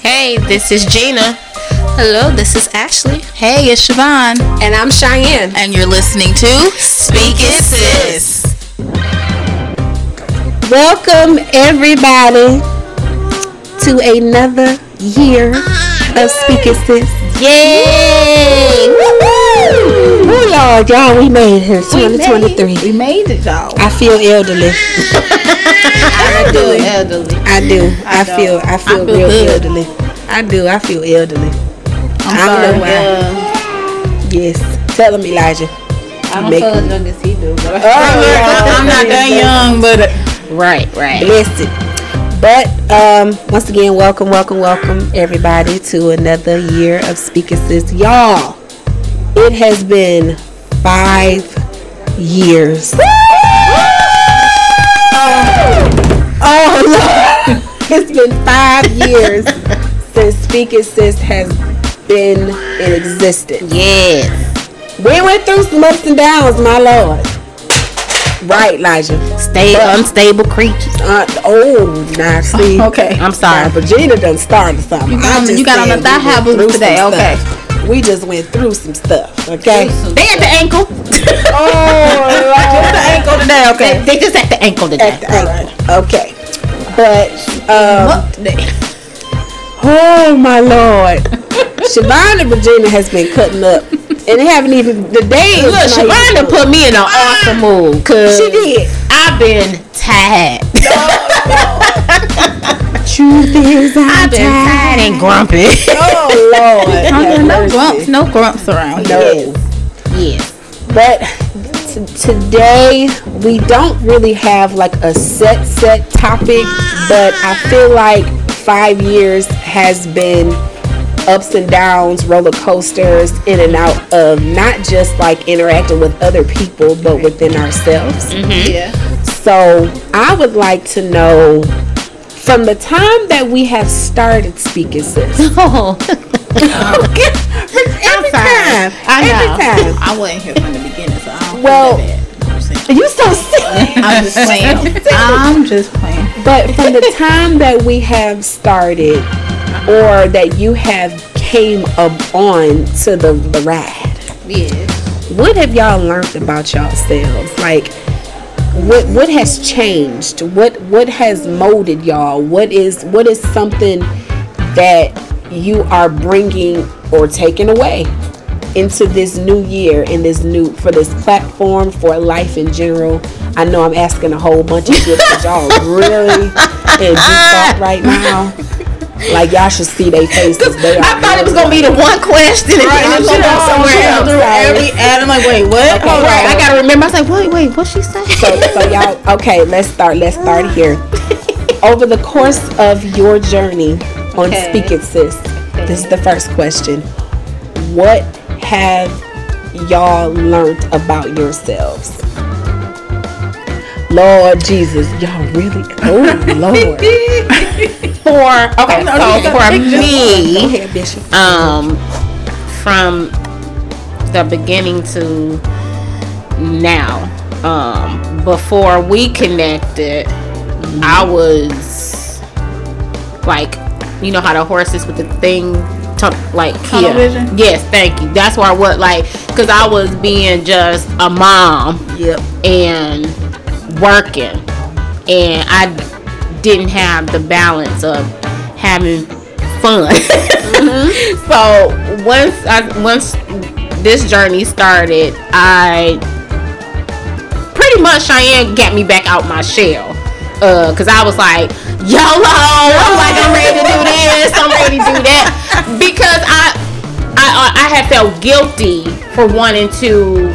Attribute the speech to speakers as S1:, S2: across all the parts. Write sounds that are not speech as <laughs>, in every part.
S1: Hey, this is Gina. Hello, this is Ashley.
S2: Hey, it's Siobhan,
S1: And I'm Cheyenne.
S2: and you're listening to Speak It Sis.
S1: Welcome, everybody, to another year of Speak It Sis. Yay! Woo-hoo! Woo, Lord, y'all, we made it. 2023.
S2: We made it though.
S1: I feel elderly.
S2: I do
S1: <laughs>
S2: elderly.
S1: I do. I,
S2: don't.
S1: feel. I feel,
S2: I feel
S1: real
S2: good.
S1: elderly. I do. I feel elderly.
S2: I'm
S1: I don't
S2: sorry.
S1: know why. Yes. Tell him, Elijah.
S3: I don't
S1: Make
S3: feel
S1: it.
S3: as young as he do, but I
S1: Oh,
S2: I'm not that
S1: <laughs>
S2: young, but
S3: right, right.
S1: blessed. But um, once again, welcome, welcome, welcome, everybody, to another year of Speak Assist. Y'all, it has been five years. Oh, Lord. <laughs> It's been five years since Speak Assist has been in existence.
S3: Yes.
S1: We went through some ups and downs, my Lord. Right, Elijah.
S3: Stay unstable creatures.
S1: Uh, oh, nah,
S2: <laughs>
S1: see.
S2: Okay.
S3: I'm sorry.
S1: Nah, Regina done started something.
S2: You got-
S1: I just
S2: you got on
S1: said
S2: the thigh
S1: we went
S2: high boots
S1: through
S2: today,
S1: some
S2: okay.
S1: stuff. We just went through some stuff, okay?
S3: They at the ankle.
S2: <laughs>
S1: oh,
S2: ankle today,
S3: They, they just at the ankle today.
S1: at the ankle. Okay. But, um, oh
S2: <laughs>
S1: my lord. Siobhan and Regina has been cutting up. And they haven't even, the day is
S3: Look,
S1: not even
S3: Shavonda
S1: done.
S3: put me in an awesome mood. Cause
S1: She did.
S3: I've been tired.
S1: Truth is, I'm
S3: I've been tired and grumpy.
S2: <laughs>
S1: Oh lord. Have
S2: no
S1: mercy.
S2: grumps, no grumps around.
S1: No.
S3: yes.
S1: But t- today we don't really have like a set set topic, but I feel like five years has been ups and downs, roller coasters, in and out of not just like interacting with other people, but within ourselves.
S3: Mm-hmm.
S2: Yeah.
S1: So I would like to know from the time that we have started speaking sis.
S3: Oh.
S1: Every
S3: sorry.
S1: time.
S3: <laughs> I know.
S1: Every time.
S2: I wasn't here from the beginning, so I don't
S1: Well-
S2: feel that bad. I'm saying-
S1: You so sick.
S2: I'm just playing. I'm just playing.
S1: But from the time that we have started or that you have came up on to the, the ride,
S2: Yes.
S1: what have y'all learned about yourselves? Like what what has changed? What what has molded y'all? What is what is something that you are bringing or taking away into this new year and this new for this platform for life in general? I know I'm asking a whole bunch of shit,
S3: <laughs>
S1: but y'all really and just right now. Like y'all should see their faces. They are
S3: I thought it was gonna be the one question and
S1: Right,
S3: then it was gonna go
S1: I'm
S3: somewhere
S1: sure.
S3: else.
S2: Every ad, I'm like, wait, what?
S1: Okay.
S3: Right. I gotta remember. I was like, wait, wait, what she say?
S1: so, so y'all okay let's start let's start here over the course of your journey on
S2: Okay.
S1: speak it sis this is the first question what have y'all learned about yourselves lord jesus y'all really oh
S3: <laughs>
S1: lord
S3: for okay, so for
S1: Go
S3: me,
S1: ahead, Bishop.
S3: um, from the beginning to now, um, before we connected, I was like, you know how the horses with the thing, tu- like
S2: Tunnel
S3: yeah.
S2: vision?
S3: Yes, thank you. That's where I was like, cause I was being just a mom
S1: yep
S3: and working and i didn't have the balance of having fun <laughs> so once i once this journey started i pretty much cheyenne got me back out my shell because i was like yolo i'm like i'm ready to do this i'm ready to do that because i i i had felt guilty for wanting to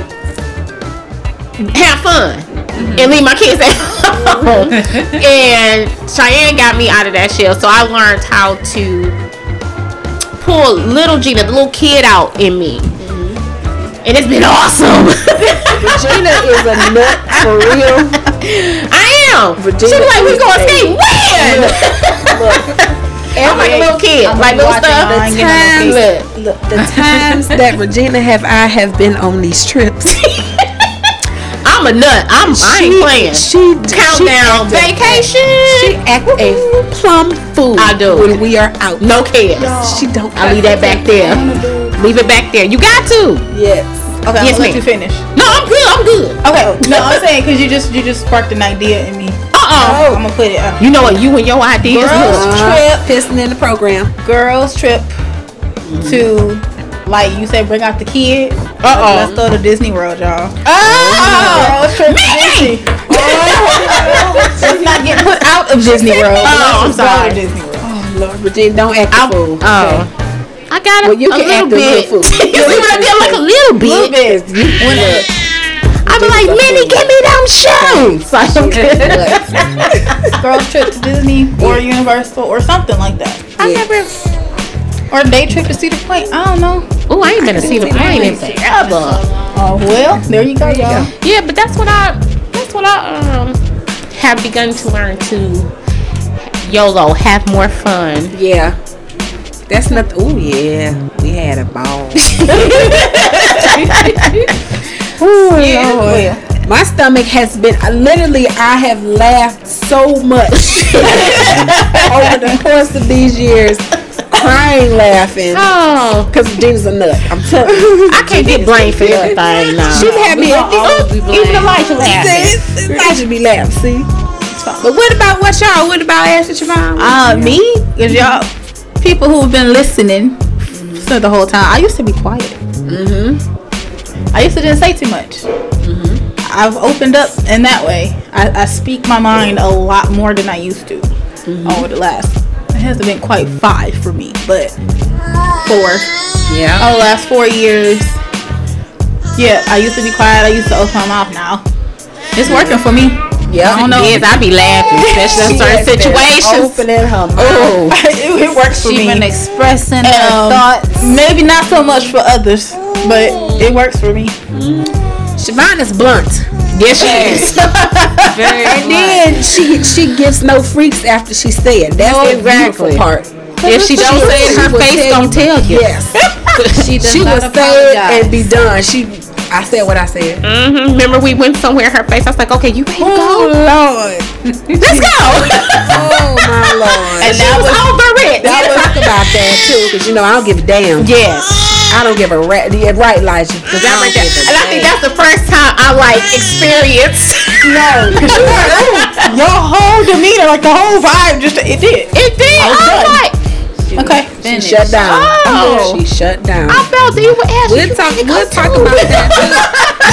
S3: have fun and leave my kids at
S1: <laughs>
S3: home. and Cheyenne got me out of that shell, so I learned how to pull little Gina, the little kid, out in me.
S1: Mm-hmm.
S3: And it's been
S1: <laughs>
S3: awesome.
S1: regina is a nut for real
S3: I am. She's
S1: Regina
S3: like, we
S1: is
S3: going to
S1: a-
S3: skate when? <laughs> <laughs> I'm like a little kid, like little
S2: watching
S3: stuff.
S2: Lion King on
S3: Time
S2: the
S3: look.
S1: Look, the times that regina have i have been on these trips
S3: I I'm a nut. I'm I ain't playing.
S1: She
S3: Countdown
S1: she act
S3: vacation.
S1: a- She act a plum fool.
S3: I do.
S1: When we are out.
S3: no cares.
S1: She don't.
S3: I leave that back there. Leave it back there. You got to.
S4: Yes. Okay,
S3: Yes,
S4: I'm gonna
S3: ma'am.
S4: let you finish.
S3: No, I'm good. I'm good.
S4: Okay. no, I'm saying because you just you just sparked an idea in me.
S3: Uh uh
S4: I'm gonna put it up.
S3: You know what? You and your ideas.
S4: Girls
S3: look.
S4: trip.
S1: Pissing in the program.
S4: Girls trip to like you said, bring out the kid.
S3: Uh-oh.
S4: Let's go to Disney World, y'all.
S3: Oh,
S4: Girls trip to Disney. <laughs> Let's not get put out of <laughs> Disney World.
S3: Oh, I'm
S4: Let's go to
S3: sorry.
S4: Disney World.
S1: Lord, Virginia, don't act a fool.
S3: Oh. I got it.
S1: Well, you
S3: a
S1: can
S3: little
S1: act a little
S3: bit.
S1: fool.
S3: <laughs> you see what I did? Like a little
S1: Little
S3: bit.
S1: bit. Look,
S3: I'm like, Minnie, give me them
S1: <laughs>
S3: shoes. Like,
S1: look.
S4: <laughs> girls trip to Disney or Universal or something like that. I
S1: Yeah.
S4: never. Or day trip to Cedar Point. I don't know.
S3: oh, I ain't been to see them. I ain't been forever.
S4: Oh well, there you go, y'all.
S3: Yeah, but that's what I. That's what I um have begun to learn to. YOLO, have more fun. <laughs>
S1: Yeah. That's not. Oh yeah, we had
S3: <laughs>
S1: a ball. Ooh, Lord.
S4: Well,
S1: My stomach has been I- literally. I have laughed so
S3: <laughs>
S1: much over the course of these years, crying, laughing,
S3: Oh,
S1: because Gina's a nut. I'm telling you,
S3: I can't get blamed for everything now.
S1: she had me at the up.
S3: Even Elijah laughing.
S1: I should be laughing. See, but what about what y'all? What about Ashley Mm-hmm. Chavon?
S4: uh, me, cause y'all people who've been listening so the whole time. I used to be quiet. Mm-hmm.
S1: Mm-hmm.
S4: I used to didn't say too much. Mm-hmm. I've opened up in that way. I, I speak my mind a lot more than I used to
S1: Mm-hmm.
S4: over the last. It hasn't been quite five for me, but four.
S1: yeah,
S4: over the last four years. Yeah, I used to be quiet. I used to open my mouth now. It's working for me. I
S1: yeah.
S4: don't know.
S3: Yes, I be laughing, especially in certain situations.
S1: Opening her mouth.
S3: Oh,
S4: <laughs> it, it works for
S2: She
S4: me.
S2: been expressing her
S4: Um,
S2: thoughts.
S4: Maybe not so much for others, but it works for me.
S1: Siobhan is blunt.
S3: yes, she is.
S2: Very
S1: And then she she gives no freaks after she said. That's the
S3: Exactly.
S1: beautiful part.
S3: If she don't say it,
S1: She
S3: her
S1: will
S3: face
S1: tell
S3: don't tell you. <laughs>
S1: Yes.
S2: she does
S1: she
S2: not
S1: will
S2: apologize.
S1: say it and be done. She, I said what I said.
S3: hmm Remember, we went somewhere. Her face. I was like, okay, you ready to
S1: Oh,
S3: go?
S1: Lord,
S3: Let's <laughs> go.
S1: oh my <laughs> Lord. And
S4: And
S3: That
S4: that
S3: was
S4: was
S3: over it.
S1: y'all talk
S3: <laughs>
S1: about that too, because you know I don't give a damn.
S3: Yes.
S1: I don't give a rat. Yeah, right, Elijah. Because I
S3: That
S1: don't
S3: right there.
S1: give a
S3: And I <laughs> think that's the first time I like experienced.
S1: no, because you are
S4: your whole demeanor, like the whole vibe, just it did.
S3: <laughs> It did. I was
S4: done.
S3: like,
S4: Okay.
S1: she shut down.
S3: Oh.
S1: She shut down.
S3: I felt that you were asking.
S1: We'll talk. We'll talk about that.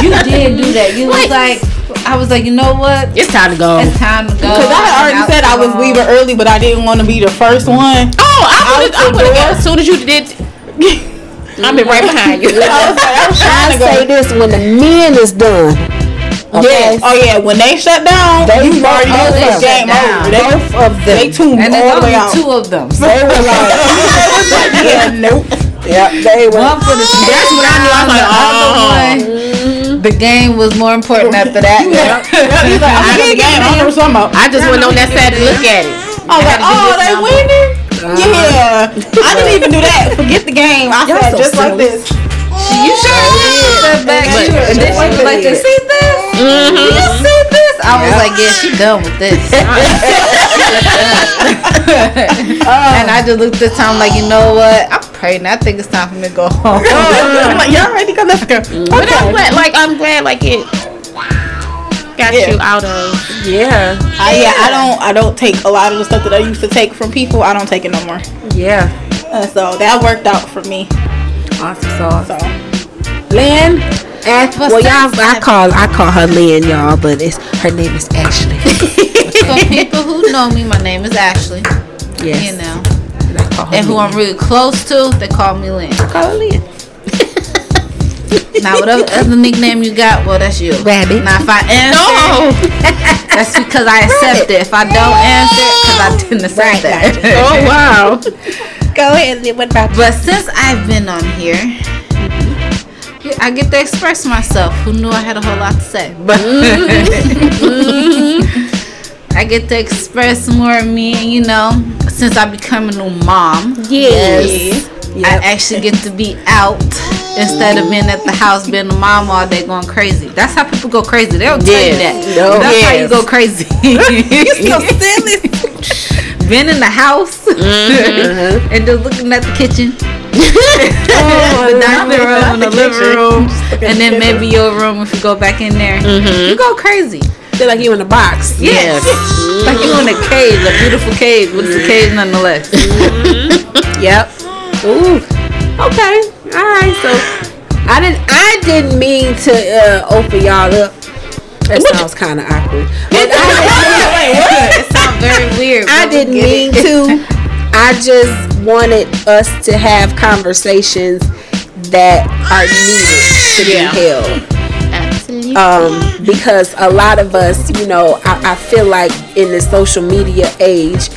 S2: You did do that. You
S3: Wait.
S2: was like, I was like, you know what?
S3: <laughs> It's time to go.
S2: It's time to go.
S4: Because I had already said I was leaving early, but I didn't want to be the first one.
S3: Oh, I would. I
S4: Out the
S3: would have
S4: door.
S3: got as soon as you did. <laughs> I've been right behind you.
S4: I was like, I was
S1: I
S4: trying to go.
S1: say this when the men is done.
S4: Yes. Oh yeah. When they shut down,
S1: They
S4: you
S1: shut
S4: already know
S1: down.
S4: it's game over. They,
S1: Both of them.
S4: they tuned
S2: And
S4: all the
S2: there's
S4: way out.
S2: only two of them.
S1: They were like,
S4: yeah, nope.
S1: <laughs> yeah, they were.
S2: One for the
S3: That's what I knew. I was like,
S2: I
S3: oh.
S2: one. The game was more important after that.
S4: He's like, I'm in the game. I don't know something about.
S3: I just went on that side to look at it.
S4: I was like, oh, they winning? Yeah. I didn't even do that. Forget the game. I
S1: Y'all
S4: said
S1: so
S4: just like
S1: silly.
S4: this.
S2: <laughs> You sure did. Step back.
S1: But-
S2: and then she was like, "You see this? You see this?" I was like, "Yeah, she done with
S4: <laughs>
S2: this." <laughs> and I just looked at time like, you know what? I'm pregnant. I think it's time for me to go
S4: <laughs>
S2: home.
S4: Oh, I'm like, y'all ready to go? Let's go.
S3: But I'm
S4: Okay.
S3: glad, like I'm glad, like it got
S4: Yeah.
S3: you out of.
S1: Yeah,
S4: I, yeah, I don't. I don't take a lot of the stuff that I used to take from people. I don't take it no more.
S1: yeah.
S4: Uh, so that worked out for me.
S1: Awesome sauce.
S4: So
S1: Lynn. Ash, Eh, well, y'all, I call I call her Lynn, y'all, but it's her name is Ashley.
S2: so
S1: <laughs>
S2: people who know me, my name is Ashley.
S1: Yes,
S2: You know,
S1: and I call her
S2: and who
S1: Lynn.
S2: I'm really close to, they call me Lynn.
S1: call her
S4: <laughs>
S1: Lynn.
S2: Now,
S1: <laughs>
S2: whatever other nickname you got, well, that's you.
S1: Rabbit.
S2: Now, if I answer, that's because I accept it. If I don't answer, because I didn't accept that.
S3: Oh wow.
S1: Go ahead, Lynn. What about you?
S2: But since I've been on here, I get to express myself. Who knew I had a whole lot to say? But <laughs> I get to express more of me, and you know, since I become a new mom,
S3: Yes.
S2: I actually get to be out instead of being at the house being a mom all day going crazy. That's how people go crazy. They'll tell
S3: Yes.
S2: you that.
S3: No.
S2: That's how you
S3: Yes.
S2: go
S3: <laughs>
S2: crazy. <laughs> You're so silly. being in the house
S3: Mm-hmm.
S2: <laughs> and just looking at the kitchen. the dining
S1: <laughs>
S2: room, the living room, and then maybe your room if you go back in there. You go crazy.
S1: Feel like you in a box.
S2: Yes. like you in a cave, a beautiful cave, but it's a cave nonetheless.
S1: Yep. Ooh. Okay. All right. So I didn't. I didn't mean to uh, open y'all up. That sounds kind of awkward. But I,
S2: <laughs> it sounds very weird.
S1: I
S2: but we
S1: didn't
S2: get it.
S1: mean to. I just wanted us to have conversations that are needed to
S3: Yeah.
S1: be held.
S3: Absolutely.
S1: um, because a lot of us, you know, I, I feel like in the social media age,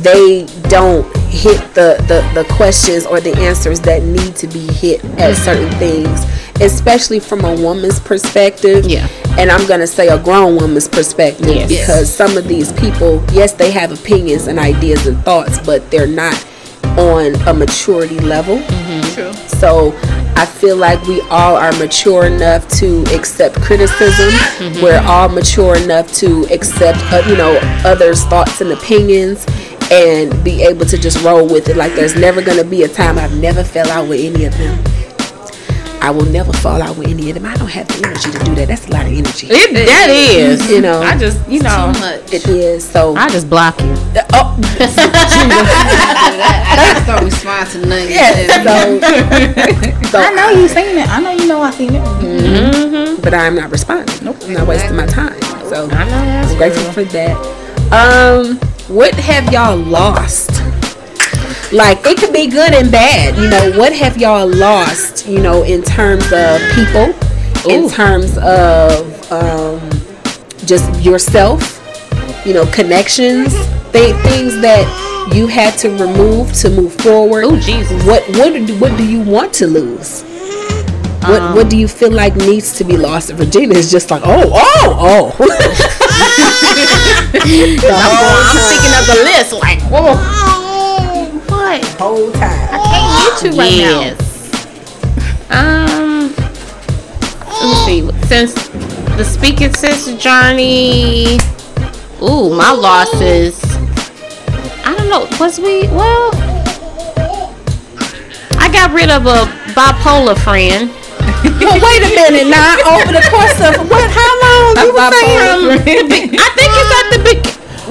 S1: they don't hit the, the, the questions or the answers that need to be hit at certain things, especially from a woman's perspective.
S3: Yeah.
S1: And I'm going to say a grown woman's perspective
S3: Yes.
S1: because some of these people, yes, they have opinions and ideas and thoughts, but they're not on a maturity level. So I feel like we all are mature enough to accept criticism. We're all mature enough to accept, uh, you know, others' thoughts and opinions, and be able to just roll with it. Like there's never gonna be a time I've never fell out with any of them. I will never fall out with any of them. I don't have the energy to do that. That's a lot of energy.
S3: It, that is.
S1: You know,
S3: I just, you know,
S1: it <laughs> is. So oh,
S3: I just block you.
S2: I just don't respond to
S3: <laughs>
S2: nothing.
S1: yeah. So, so
S4: I know you seen it. I know you know I seen
S1: <laughs>
S4: it.
S1: but I'm not responding. Nope. I'm not wasting my time. So
S3: I know that's
S1: I'm grateful for that. Um, what have y'all lost? Like it could be good and bad. You know, what have y'all lost? You know, in terms of people, in terms of um, just yourself. You know, connections, th- things that you had to remove to move forward.
S3: Oh, Jesus.
S1: What what do- what do you want to lose? What what do you feel like needs to be lost? And Virginia is just like, oh, oh, <laughs> oh.
S3: I'm thinking of the list, like, whoa. What?
S1: Whole time.
S3: can't get you right Um, let me see. Since the speaking sense journey, ooh, my losses. I don't know. Was we well? I got rid of a bipolar friend.
S1: But wait a minute, now over the course of what? How long?
S3: You
S1: you
S3: were
S1: was
S3: saying, um,
S1: saying?
S3: the big-
S1: <laughs>
S3: I think it's at the big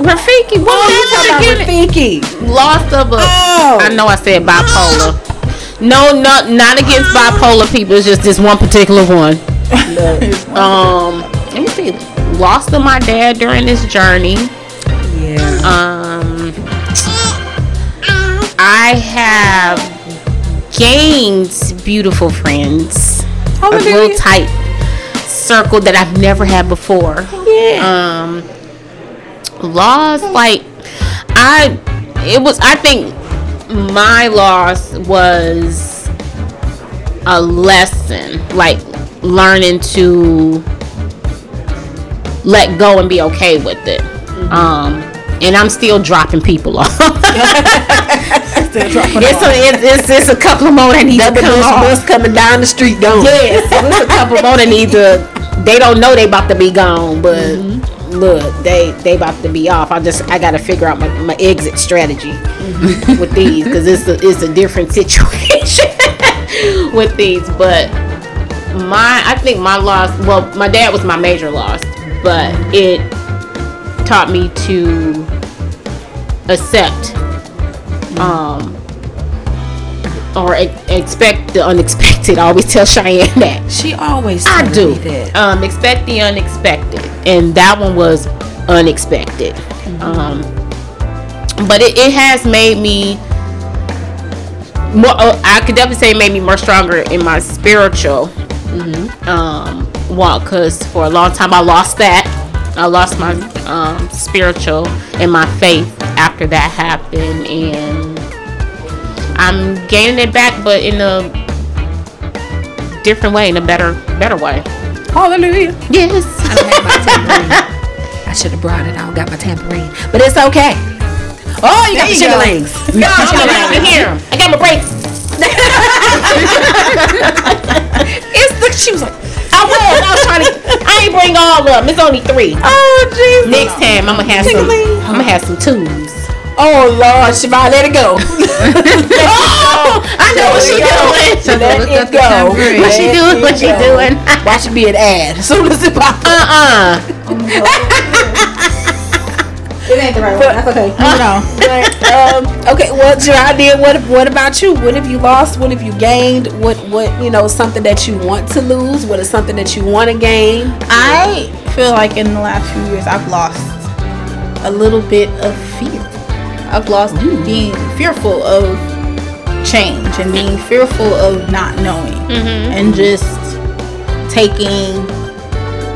S3: Rafiki. What
S1: Oh, you
S3: was that
S1: talking
S3: again?
S1: about Rafiki?
S3: lost of a.
S1: Oh.
S3: I know I said bipolar. No, no, not against bipolar people. It's just this one particular
S1: <laughs>
S3: one. Um, let me see. Lost of my dad during this journey.
S1: Yeah.
S3: Um, I have gained beautiful friends. a real tight circle that I've never had before
S1: Yeah.
S3: um loss like i it was i think my loss was a lesson like learning to let go and be okay with it
S1: Mm-hmm.
S3: um and i'm still dropping people
S1: <laughs>
S3: off it's, a, it's, it's, it's a couple of more that need to
S1: Double
S3: come
S1: bus
S3: off
S1: bus coming down the street, don't. it?
S3: Yes, there's a couple more that need to. They don't know they about to be gone, but look, they they about to be off. I just I gotta figure out my, my exit strategy with these because it's a it's a different <laughs> situation with these. But my I think my loss. Well, my dad was my major loss, but it taught me to accept. Um, or e- expect the unexpected. I always tell Cheyenne that.
S1: She always
S3: I
S1: told
S3: do.
S1: me that.
S3: Um, expect the unexpected, and that one was unexpected. Um, but it, it has made me more. Uh, I could definitely say it made me more stronger in my spiritual um, walk. Cause for a long time I lost that. I lost my um, spiritual and my faith after that happened, and I'm gaining it back, but in a different way, in a better better way.
S1: Hallelujah.
S3: Yes.
S1: I should have brought it. I don't got my tambourine, but it's okay. Oh, you got the
S3: you go.
S1: shillings.
S3: I got my- I got my break. it's the she was like, I was, I was trying to. I ain't bring all of them. It's only three.
S1: Oh Jesus.
S3: Next time I'm gonna have some. I'm gonna have some twos.
S1: Oh Lord, Siobhan, let it go.
S3: Oh, <laughs> I know what she doing.
S2: So
S1: <laughs> Let
S2: look
S1: it
S2: up the
S1: go.
S2: temporary.
S3: What she
S1: Let
S3: doing?
S1: it
S3: What she
S1: go.
S3: doing? <laughs>
S1: Why should be an ad? As soon as it pops
S3: Uh
S1: up.
S3: uh
S4: It ain't the right one. That's okay. Moving on.
S1: But, um, okay, well, Geraldine, what what about you? What have you lost? What have you gained? What what you know something that you want to lose? What is something that you want to gain?
S4: I feel like in the last few years I've lost a little bit of fear. I've lost being fearful of change and being fearful of not knowing and just taking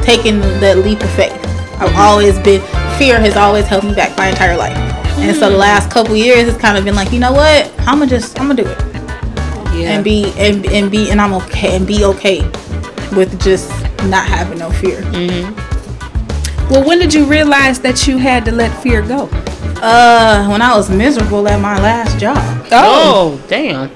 S4: taking that leap of faith. I've always been fear has always held me back my entire life. And so the last couple years it's kind of been like, you know what? I'm gonna just I'm gonna do it and be and, and be and I'm okay and be okay with just not having no fear.
S1: Well, when did you realize that you had to let fear go?
S4: Uh, when I was miserable at my last job,
S3: Oh, damn.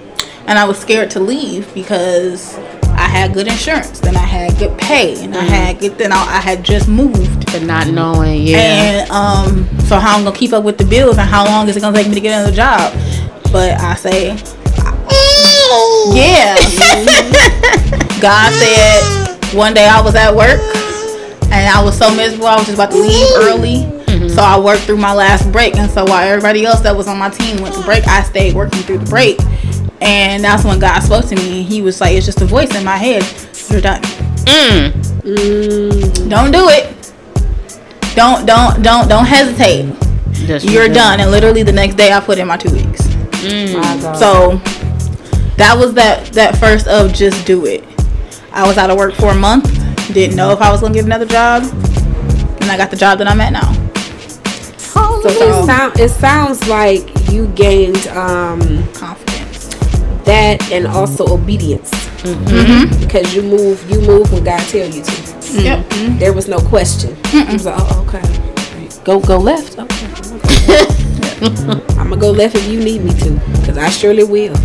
S4: and I was scared to leave because I had good insurance, then I had good pay, and I had good. Then I, I had just moved,
S3: But not knowing, yeah.
S4: and um, so how I'm gonna keep up with the bills and how long is it gonna take me to get another job? But I say, yeah. God said one day I was at work and I was so miserable. I was just about to leave early. So I worked through my last break. And so while everybody else that was on my team went to break, I stayed working through the break. And that's when God spoke to me. He was like, It's just a voice in my head. You're done.
S3: Mm.
S4: Don't do it. Don't don't don't don't hesitate.
S3: Just
S4: You're done. And literally the next day I put in my two weeks. Mm. So that was that that first of just do it. I was out of work for a month, didn't know if I was gonna get another job, and I got the job that I'm at now.
S1: So, it, sound, it sounds like you gained um,
S4: Confidence.
S1: that and also obedience
S2: Mm-hmm.
S1: because you move you move when God tell you to.
S4: Yep.
S2: Mm-hmm.
S1: There was no question. It was like, oh, okay. Go go left. Okay. I'm gonna go left if you need me to, cause I surely will.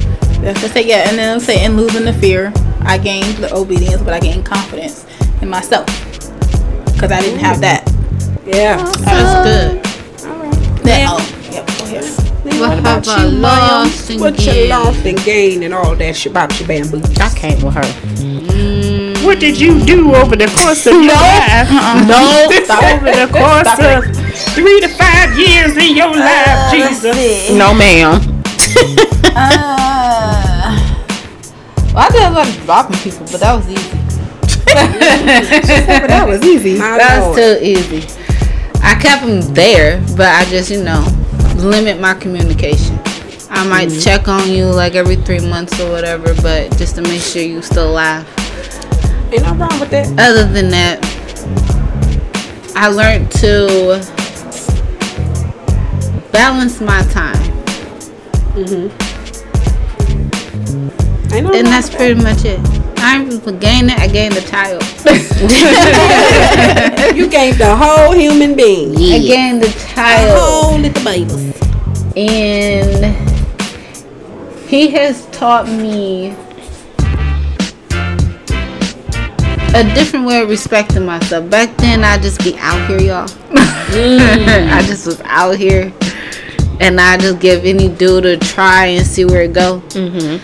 S4: That's just it. Yeah. And then I'm saying losing the fear, I gained the obedience, but I gained confidence in myself because I didn't have that.
S1: Yeah.
S4: That was good.
S1: All right.
S4: That, oh, yep. Go ahead.
S2: What have I
S1: Lion?
S2: lost and
S1: What you
S2: gained?
S1: lost and gained and all that shit about your bamboo.
S3: I came with her. Mm. What did you do over the course of your life? <laughs> No, over the course of three to five years in your life, Jesus. Uh, No, ma'am.
S4: Uh, well, I did a lot of dropping people, but that was easy.
S1: that was easy. My
S2: That was
S1: Lord.
S2: too easy. I kept them there, but I just, you know, limit my communication. I might
S1: Mm-hmm.
S2: check on you like every three months or whatever, but just to make sure you still alive.
S1: Ain't no wrong with that.
S2: Other than that, I learned to balance my time,
S1: Ain't no
S2: and
S1: wrong
S2: that's
S1: with
S2: pretty much it. I didn't gain it. I gained the
S1: <laughs>
S2: child.
S1: that. You gave the whole human being.
S2: <laughs> I gained the child.
S1: Whole little babies.
S2: and he has taught me a different way of respecting myself. Back then, I just be out here, y'all. <laughs> I just was out here, and I just give any dude a try and see where it go. Mm-hmm.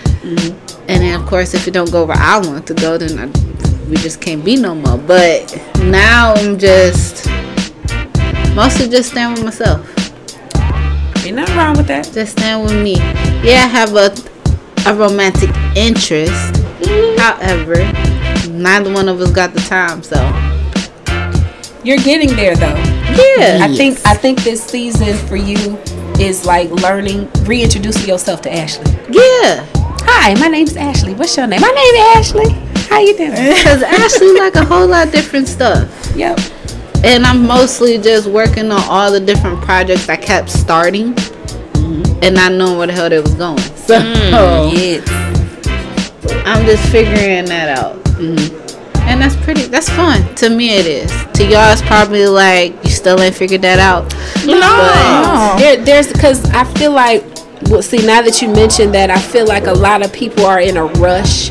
S2: And then, of course, if it don't go where I want it to go, then I, we just can't be no more. But now I'm just mostly just staying with myself
S1: Ain't nothing wrong with that.
S2: just stand with me. Yeah, I have a a romantic interest. However, neither one of us got the time, so
S1: You're getting there though.
S2: yeah.
S1: I think I think this season for you is like learning, reintroducing yourself to Ashley.
S2: Yeah.
S1: Hi, my name's Ashley. What's your name? My name is Ashley. How you doing?
S2: Cause Ashley like a whole lot of different stuff.
S1: <laughs> yep.
S2: And I'm mostly just working on all the different projects I kept starting and not knowing where the hell they was going. So
S1: Yes.
S2: I'm just figuring that out. And that's pretty that's fun. To me it is. To y'all it's probably like you still ain't figured that out.
S3: No.
S1: Oh. There, there's because I feel like well, see, now that you mentioned that, I feel like a lot of people are in a rush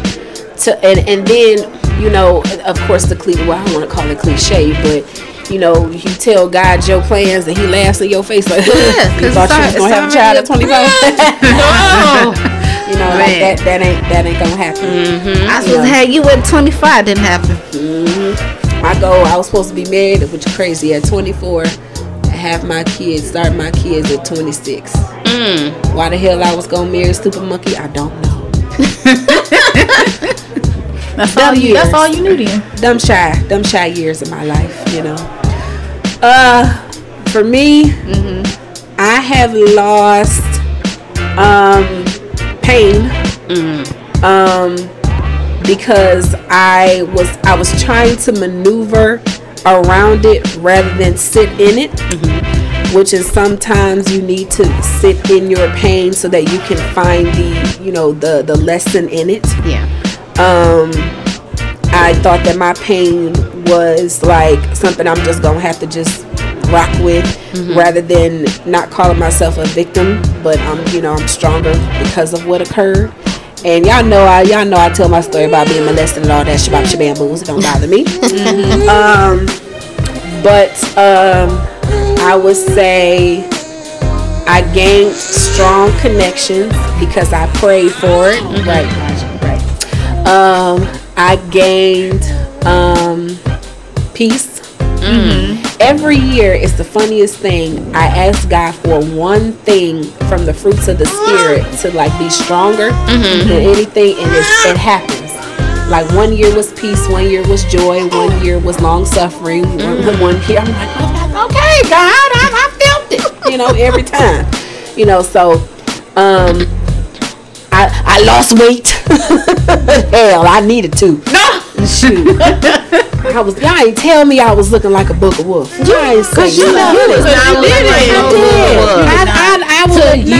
S1: to, and and then you know, of course, the cliche. Well, I don't want to call it cliche, but you know, you tell God your plans, and He laughs in your face like, <laughs>
S2: Yeah,
S1: "You
S2: 'cause
S1: thought
S2: it's
S1: you was
S2: al-
S1: gonna have a
S2: it's
S1: child at
S2: already
S1: 25."
S2: no.
S1: <laughs> you know, like
S2: Man.
S1: that that ain't that ain't gonna happen.
S2: I supposed to have you at 25. Didn't happen.
S1: My goal, I was supposed to be married, which is crazy, at 24, I have my kids, start my kids at 26.
S4: Hmm.
S1: Why the hell I was gonna marry Stupid Monkey, I don't know.
S4: <laughs> That's all, you, that's
S1: years.
S4: all you knew then.
S1: Dumb shy, dumb shy years of my life, you know. Uh, for me, I have lost um, pain. Um, because I was I was trying to maneuver around it rather than sit in it. Which is sometimes you need to sit in your pain so that you can find the you know the the lesson in it.
S2: Yeah.
S1: Um, I thought that my pain was like something I'm just gonna have to just rock with rather than not calling myself a victim but I'm you know I'm stronger because of what occurred and y'all know I y'all know I tell my story about being molested and all that shabam shabam boos it don't bother me um but um I would say I gained strong connections because I prayed for it right right, right um I gained um peace Every year it's the funniest thing. I ask God for one thing from the fruits of the spirit to like be stronger than anything, and it's, it happens. Like one year was peace, one year was joy, one year was long suffering, one, <laughs> one year I'm like, "Oh, okay, God, I, I felt it. You know, every time. You know, so um, I I lost weight. <laughs> Hell, I needed to. No, shoot. I was y'all ain't tell me I was looking like a book of wolf. Y'all ain't say
S3: you know
S1: nothing.
S3: you was
S1: I
S3: not looking like
S1: did.
S3: no
S1: I
S3: book of
S1: did.
S3: wolf.
S1: I, I, I was
S2: To
S1: acknowledged.
S2: you.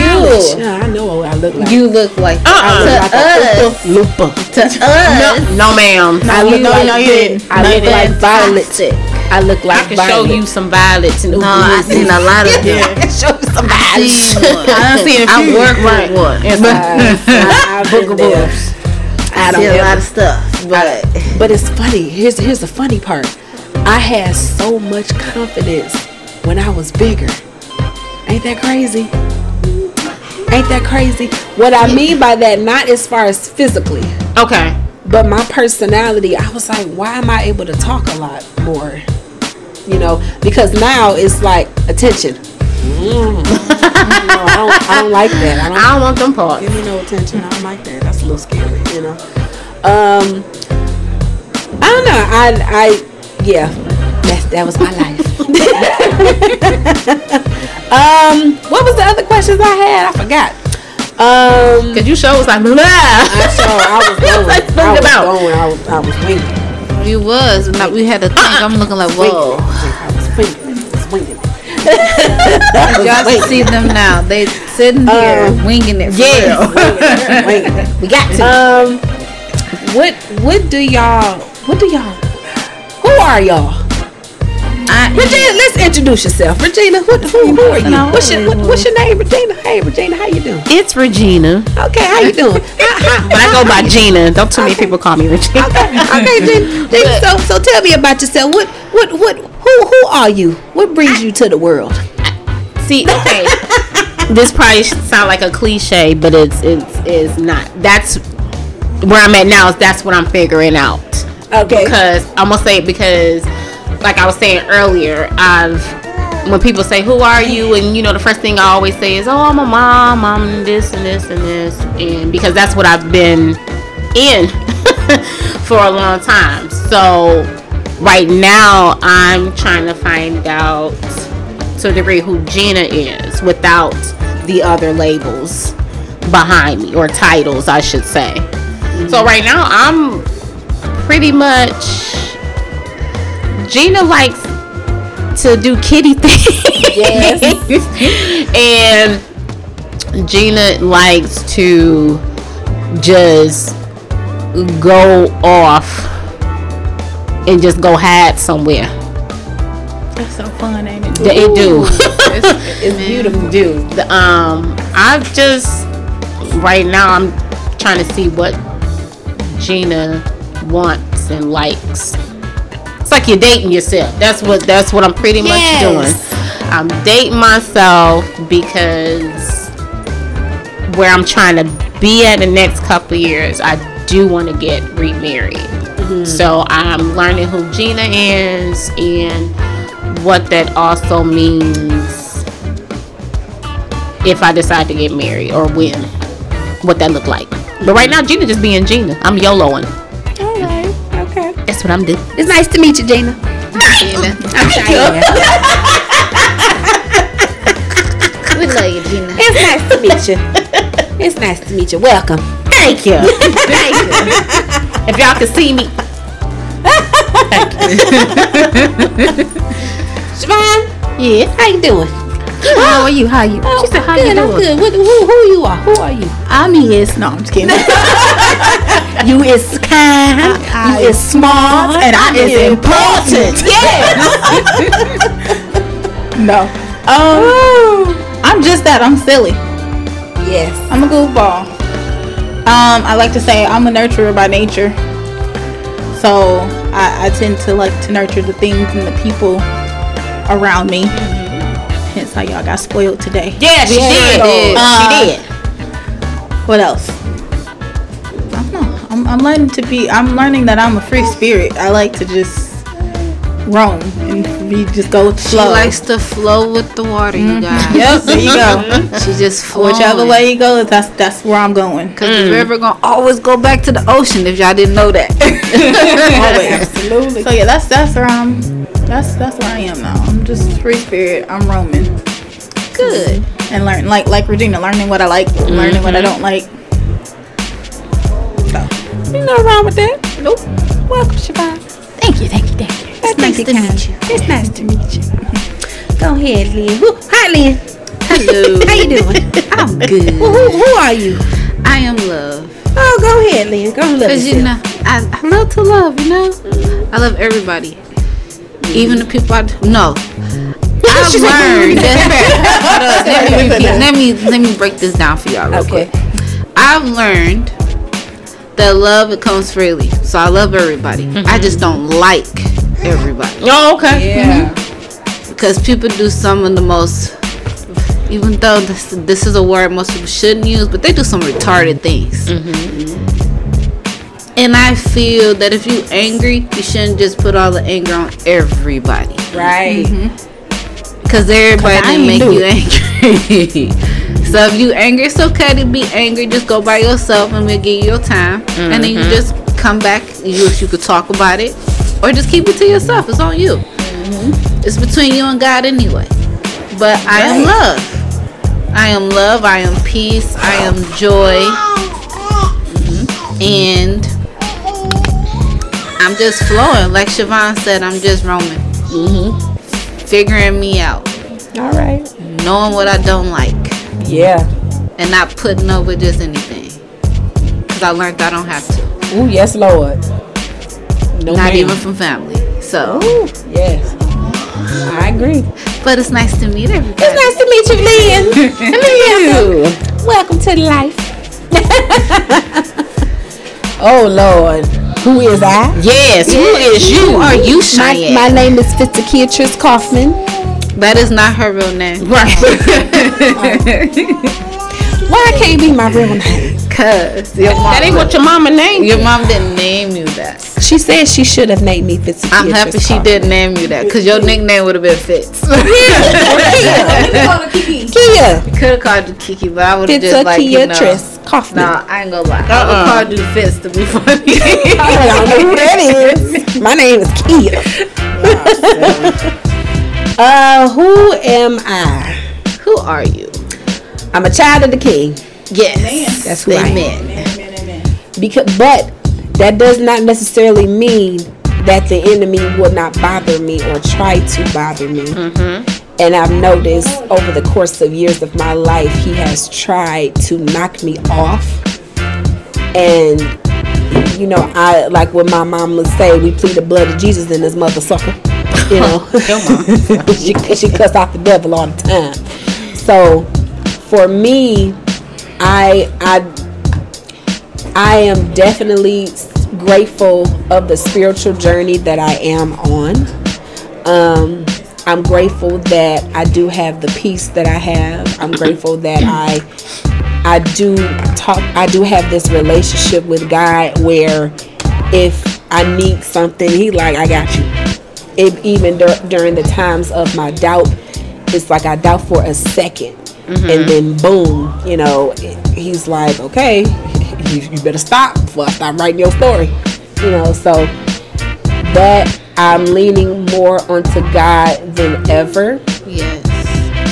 S1: Yeah, I know what I look like.
S2: You look like
S1: I
S3: Uh-uh.
S1: look like a
S2: us.
S1: Oompa Loompa.
S2: to us.
S3: No, ma'am.
S1: I
S4: you-
S1: look
S4: no,
S1: like
S4: no, you
S1: Vin-
S4: didn't.
S1: I
S4: No,
S1: look
S4: you
S1: like
S4: didn't.
S1: Violet. I look
S3: I
S1: like
S3: can
S1: Violet.
S3: show you some violets and
S2: No, I seen a lot of them.
S1: I can show you some violets.
S4: I done seen a
S2: <laughs> I
S4: few.
S2: work with one.
S1: Uh,
S3: <laughs>
S1: I, I've been there. I
S2: I
S1: don't
S2: see a
S1: ever
S2: lot of stuff, but
S1: But it's funny. Here's here's the funny part. I had so much confidence when I was bigger. Ain't that crazy? Ain't that crazy? What I mean by that, not as far as physically,
S3: Okay.
S1: but my personality. I was like, why am I able to talk a lot more? You know, because now it's like attention. Mm. <laughs> no, I, don't, I don't like that. I don't
S3: I don't want them parts.
S1: give me no attention. I don't like that. That's a little scary, you know. Um, I don't know. I, I, yeah, that's that was my <laughs> life. um, what was the other questions I had? I forgot. Um,
S3: Cause you show was like, blah.
S1: I- so <laughs> I was going.
S3: Let's think
S1: I was
S3: about-
S1: going. I was, I was winking.
S2: you was. Like, we had to think. I'm looking like, whoa.
S1: Oh. I was winking. I was winking.
S2: Y'all should see them now. They sitting here
S1: Um,
S2: winging it. For real.
S1: <laughs> Winking. Winking.
S2: we got
S3: Uh,
S2: to.
S1: Um, what what do y'all? What do y'all? Who are y'all?
S2: I,
S1: Regina, let's introduce yourself. Regina, who, who, who are you?
S4: No.
S1: What's your, what, what's your name, Regina? Hey, Regina, how you doing?
S3: It's Regina,
S1: Okay, how you doing? How- how-
S3: but I go by Gina. Don't too many people call me Regina.
S1: okay, okay, <laughs> Regina. Regina, so, so tell me about yourself. What, what, what, who, who are you? What brings you to the world?
S3: See, okay. this probably should sound like a cliche, but it's it's it's not. That's where I'm at now. Is that's what I'm figuring out.
S1: Okay.
S3: Because I'm gonna say it because, like I was saying earlier, I've when people say who are you, and you know the first thing I always say is oh I'm a mom, I'm this and this and this, and because that's what I've been in <laughs> for a long time. So right now I'm trying to find out to a degree who Gina is without the other labels behind me or titles, I should say. So right now I'm pretty much Gina likes to do kitty <laughs> things. <laughs> and Gina likes to just go off and just go hide somewhere.
S4: That's so fun, ain't it?
S3: <laughs> They do.
S1: It's beautiful.
S3: do the um I'm just right now. I'm trying to see what Gina wants and likes. It's like you're dating yourself. That's what. That's what I'm pretty
S1: Yes.
S3: much doing. I'm dating myself because where I'm trying to be at the next couple years, I do want to get remarried. So I'm learning who Gina is and what that also means if I decide to get married or when, what that look like. But right now, Gina just being Gina. I'm YOLOing.
S1: Okay.
S3: That's what I'm doing.
S1: It's nice to meet you, Gina.
S2: Gina.
S1: I'm Cheyenne.
S2: We love you, Gina.
S1: It's nice to meet you. It's nice to meet you. Welcome.
S3: Thank <laughs> you. Thank you. If y'all could see me.
S1: Siobhan,
S2: Yeah.
S1: how you doing?
S4: How are you? How are you?
S1: Oh,
S4: She said,
S1: I'm
S4: "How
S1: good,
S4: you
S1: I'm
S4: doing?"
S1: good. What, who, who you are? Who are you?
S4: I'm is. No, I'm just kidding. <laughs>
S1: You is kind.
S4: I is smart and I is <laughs> important. Yeah. <laughs> no. Um, I'm just that. I'm silly.
S1: Yes.
S4: I'm a goofball. Um, I like to say I'm a nurturer by nature. So I, I tend to like to nurture the things and the people around me. Hence how y'all got spoiled today.
S3: Yeah, she did.
S4: Uh,
S3: she did.
S4: What else? I don't know. I'm, I'm learning to be. I'm learning that I'm a free spirit. I like to just roam and we just go with the
S2: She
S4: flow.
S2: likes to flow with the water, you guys.
S4: yep, there you
S2: <laughs>
S4: go.
S2: She just flows.
S4: Whichever way you go, that's that's where I'm
S2: <laughs>
S4: going.
S2: Cause the river gonna always go back to the ocean if y'all didn't know <laughs> that.
S4: Always. So yeah, that's that's where I'm. That's that's where I am now. I'm just free spirit. I'm roaming
S2: <laughs> Good.
S4: and learning, like like Regina, learning what I like, learning what I
S2: Mm-hmm.
S4: don't like.
S1: Ain't nothing wrong with that. Nope. Welcome, Siobhan.
S4: Thank you, thank you, thank you.
S1: It's nice to meet you. It's nice to meet you. <laughs> Go ahead, Lynn. Who, hi, Lynn.
S2: Hello.
S1: <laughs> How you doing?
S2: I'm good.
S1: who, who, who are you?
S2: I am love.
S1: Oh, go ahead, Lynn. Go love
S2: Cause you
S1: yourself.
S2: know, I, I love to love. You know, Mm. I love everybody, even the people I d- <laughs> no. I've
S1: She's like,
S2: learned. that- Hold up, <laughs> let, me repeat- let me let me break this down for y'all real
S1: Okay.
S2: quick. I've learned that love it comes freely, so I love everybody. I just don't like everybody
S3: Oh, okay.
S1: Yeah.
S4: Mm-hmm.
S2: because people do some of the most even though this, this is a word most people shouldn't use but they do some retarded things and i feel that if you angry you shouldn't just put all the anger on everybody
S1: Right.
S4: Mm-hmm.
S2: because everybody
S4: I
S2: didn't
S4: ain't
S2: make
S4: do
S2: you angry <laughs> so if you angry it's okay to be angry just go by yourself and we'll give you your time and then you
S4: Mm-hmm.
S2: just come back you, you could talk about it or just keep it to yourself it's on you
S4: Mm-hmm.
S2: it's between you and God anyway. But I am love. I am love. I am peace. I am joy. Mm-hmm. And I'm just flowing. Like Siobhan said, I'm just roaming. Figuring me out.
S1: All right.
S2: Knowing what I don't like.
S1: Yeah.
S2: And not putting up with just anything. Because I learned I don't have to.
S1: Ooh, yes, Lord. No
S2: not
S1: Oh, ma'am.
S2: even from family. So,
S1: Ooh, yes. I agree.
S2: but it's nice to meet everybody.
S1: It's nice to meet you, Lynn. Hello. Welcome to life. oh Lord, who is I?
S3: Yes, who is you? Are you
S1: My,
S3: Cheyenne?
S1: my name is Fitzakia Tris Kaufman.
S2: That is not her real
S1: <laughs>
S2: name.
S1: Why I can't be my real name?
S2: Cause your mom,
S3: that ain't what your mama named you.
S2: your mom didn't name you that.
S1: She said she should have named me Fitzakia.
S2: I'm happy
S1: Tris
S2: she
S1: Kaufman.
S2: didn't name you that, cause your nickname would have been
S1: <laughs>
S2: Fitz.
S1: Kia
S2: Could have called you Kiki, but I would have just
S1: Fitzakia
S2: like you know.
S1: Tris Kaufman.
S2: Nah, I ain't gonna lie. I would have called you Fitz to be <laughs> funny.
S1: <laughs> <laughs> I don't know who that is. My name is
S2: <laughs>
S1: Kia. <laughs> uh, who am I?
S2: Who are you?
S1: I'm a child of the King.
S2: Yes,
S1: That's who I am.
S2: amen.
S1: because but that does not necessarily mean that the enemy will not bother me or try to bother me
S2: Mm-hmm.
S1: and i've noticed over the course of years of my life he has tried to knock me off and you know i like what my mom would say we plead the blood of jesus in this mother sucker
S2: <laughs>
S1: you know she, she cussed out the devil all the time so for me, I I I am definitely grateful of the spiritual journey that I am on. Um, I'm grateful that I do have the peace that I have. I'm grateful that I I do talk I do have this relationship with God where if I need something, he like I got you. If even dur- during the times of my doubt, it's like I doubt for a 2nd and then boom, you know, he's like, okay, <laughs> you, you better stop before I stop writing your story, you know. So that I'm leaning more onto God than ever
S2: Yes.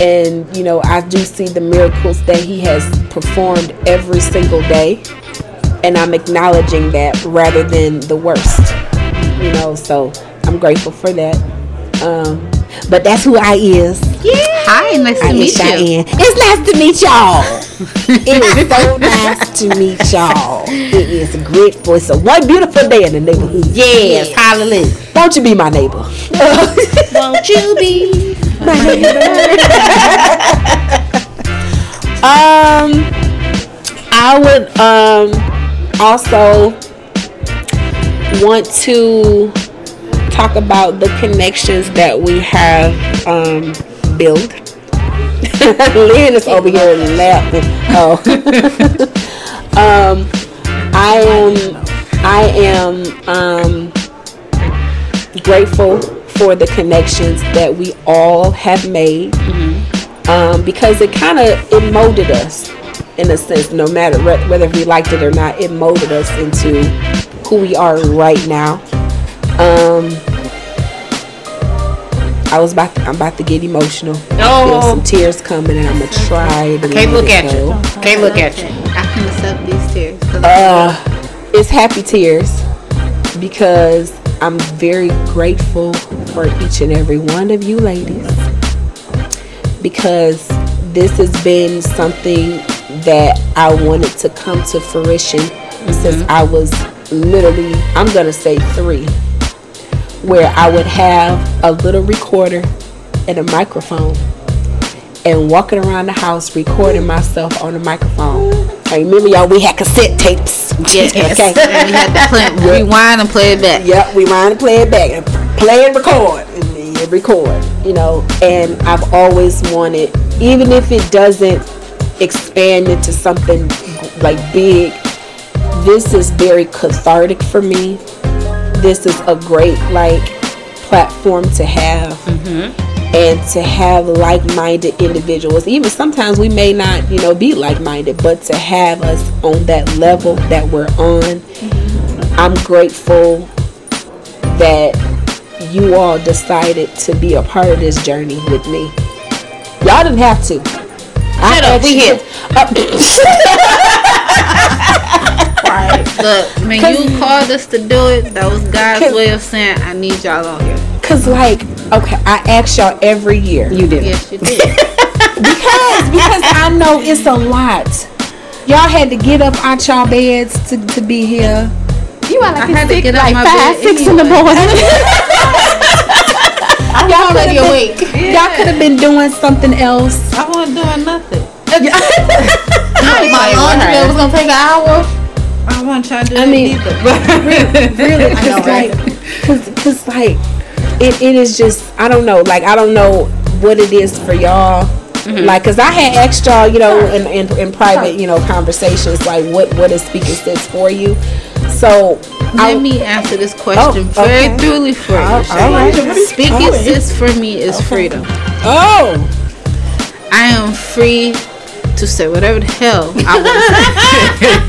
S1: and you know i do see the miracles that he has performed every single day and i'm acknowledging that rather than the worst you know so i'm grateful for that um but that's who i is
S2: Hi, nice to
S1: I
S2: meet
S1: is
S2: you.
S1: Cheyenne. it's nice to meet <laughs> y'all it is so nice to meet y'all it is grateful it's a one beautiful day in the neighborhood yes hallelujah won't you be my <laughs> neighbor
S2: Won't you
S1: <laughs>
S2: be?
S1: Um, I would um also want to talk about the connections that we have um built. Lynn is over here laughing.
S3: <laughs>
S1: Oh, um, I am, I am um grateful for the connections that we all have made
S3: Mm-hmm.
S1: um, because it kind of it molded us in a sense no matter whe- whether we liked it or not it molded us into who we are right now um, i was about to, i'm about to get emotional I feel
S3: Oh.
S1: some tears coming and i'm gonna try to
S3: Can't
S1: let
S3: look
S1: it
S3: at
S1: go.
S3: you. Can't look at you.
S2: I can accept these tears. 'cause
S1: Uh, it's happy tears because I'm very grateful for each and every one of you ladies because this has been something that I wanted to come to fruition since I was literally, I'm going to say three, where I would have a little recorder and a microphone and walking around the house recording myself on the microphone. I remember y'all, we had cassette tapes.
S2: Yes.
S1: <laughs> okay.
S2: And you had to play, rewind and play it back.
S1: Yep, we mind to play it back and play and record and then record, you know. And I've always wanted, even if it doesn't expand into something like big, this is very cathartic for me. This is a great like platform to have. And to have like-minded individuals, even sometimes we may not, you know, be like-minded, but to have us on that level that we're on, I'm grateful that you all decided to be a part of this journey with me. Y'all didn't have to. I Uh,
S3: Shut up, we
S1: actually-
S3: here.
S2: Look, when you called us to do it, that was God's way of saying, I need y'all on here.
S1: <laughs> Cause like, okay, I ask y'all every year.
S3: You did.
S2: Yes, you did.
S1: because <laughs> because I know it's a lot. Y'all had to get up out y'all beds to, to be here.
S4: You are
S2: I
S4: like,
S2: had to get out my
S4: five,
S2: bed
S4: six in the
S2: anyway.
S1: <laughs>
S4: morning. I'm already
S1: could've
S4: awake.
S1: Y'all could have been doing something else.
S2: I wasn't doing nothing. <laughs>
S4: <laughs> I my laundry that was gonna take an hour.
S2: I wasn't trying to do
S1: I
S2: it
S1: mean,
S2: either.
S1: really, because like, cause, 'cause, like, it, it is just I don't know. Like I don't know what it is for y'all. Like, cause I had asked y'all, you know, in, in, in private, you know, conversations, like what what is speaking sense for you. So
S2: Let
S1: I,
S2: me answer this question
S1: Oh,
S2: very
S1: okay.
S2: thoroughly for you.
S1: Oh, all right.
S2: Shayla. Speaking sis for me is freedom.
S1: oh,
S2: I am free to say whatever the hell I want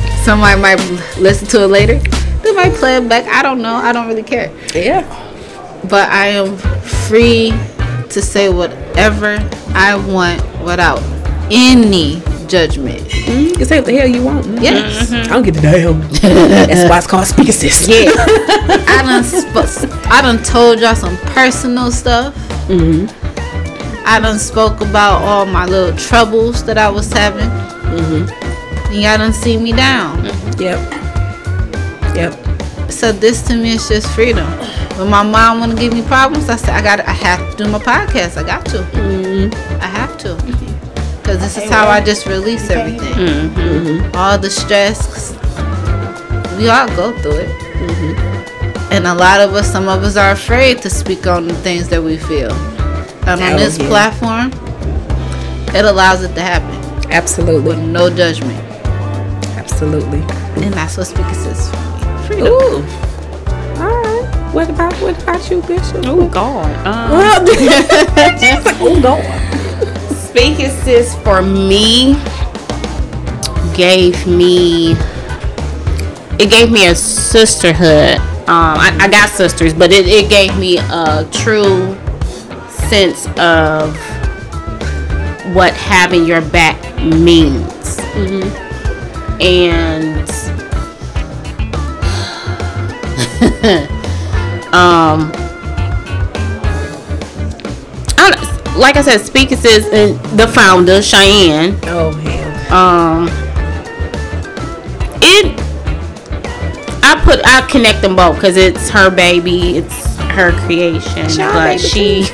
S2: to say. <laughs> Somebody might listen to it later. They might play it back. I don't know. I don't really care.
S1: yeah,
S2: But I am free to say whatever I want without any judgment.
S1: you can say what the hell you want. Mm.
S2: Yes.
S1: I don't get a <laughs> damn. That's why it's called speaking sense. Yeah,
S2: I done sp- I done told y'all some personal stuff. I done spoke about all my little troubles that I was having. And y'all done see me down.
S1: yep, <laughs> yep.
S2: So this to me is just freedom. When my mom wanna Mm-hmm. give me problems, I said I got to I have to do my podcast. I got to. I have to. this is how I just release everything. All the stress. We all go through it. And a lot of us, some of us are afraid to speak on the things that we feel. And on
S1: Oh,
S2: this
S1: yeah.
S2: platform, it allows it to happen with
S1: Absolutely.
S2: no judgment.
S1: Absolutely.
S2: And that's what speaking is.
S3: Ooh.
S1: What about what about you, Bishop?
S3: Oh God. Um, <laughs>
S1: Oh no.
S3: Speaking sis for me gave me it gave me a sisterhood. Um, I, I got sisters, but it, it gave me a true sense of what having your back means. And <laughs> um, I don't- like I said, Speaking Sis and the founder, Cheyenne,
S1: Oh hell.
S3: um it i put i connect them both because it's her baby it's her creation
S1: Child
S3: <laughs> but
S1: baby
S3: she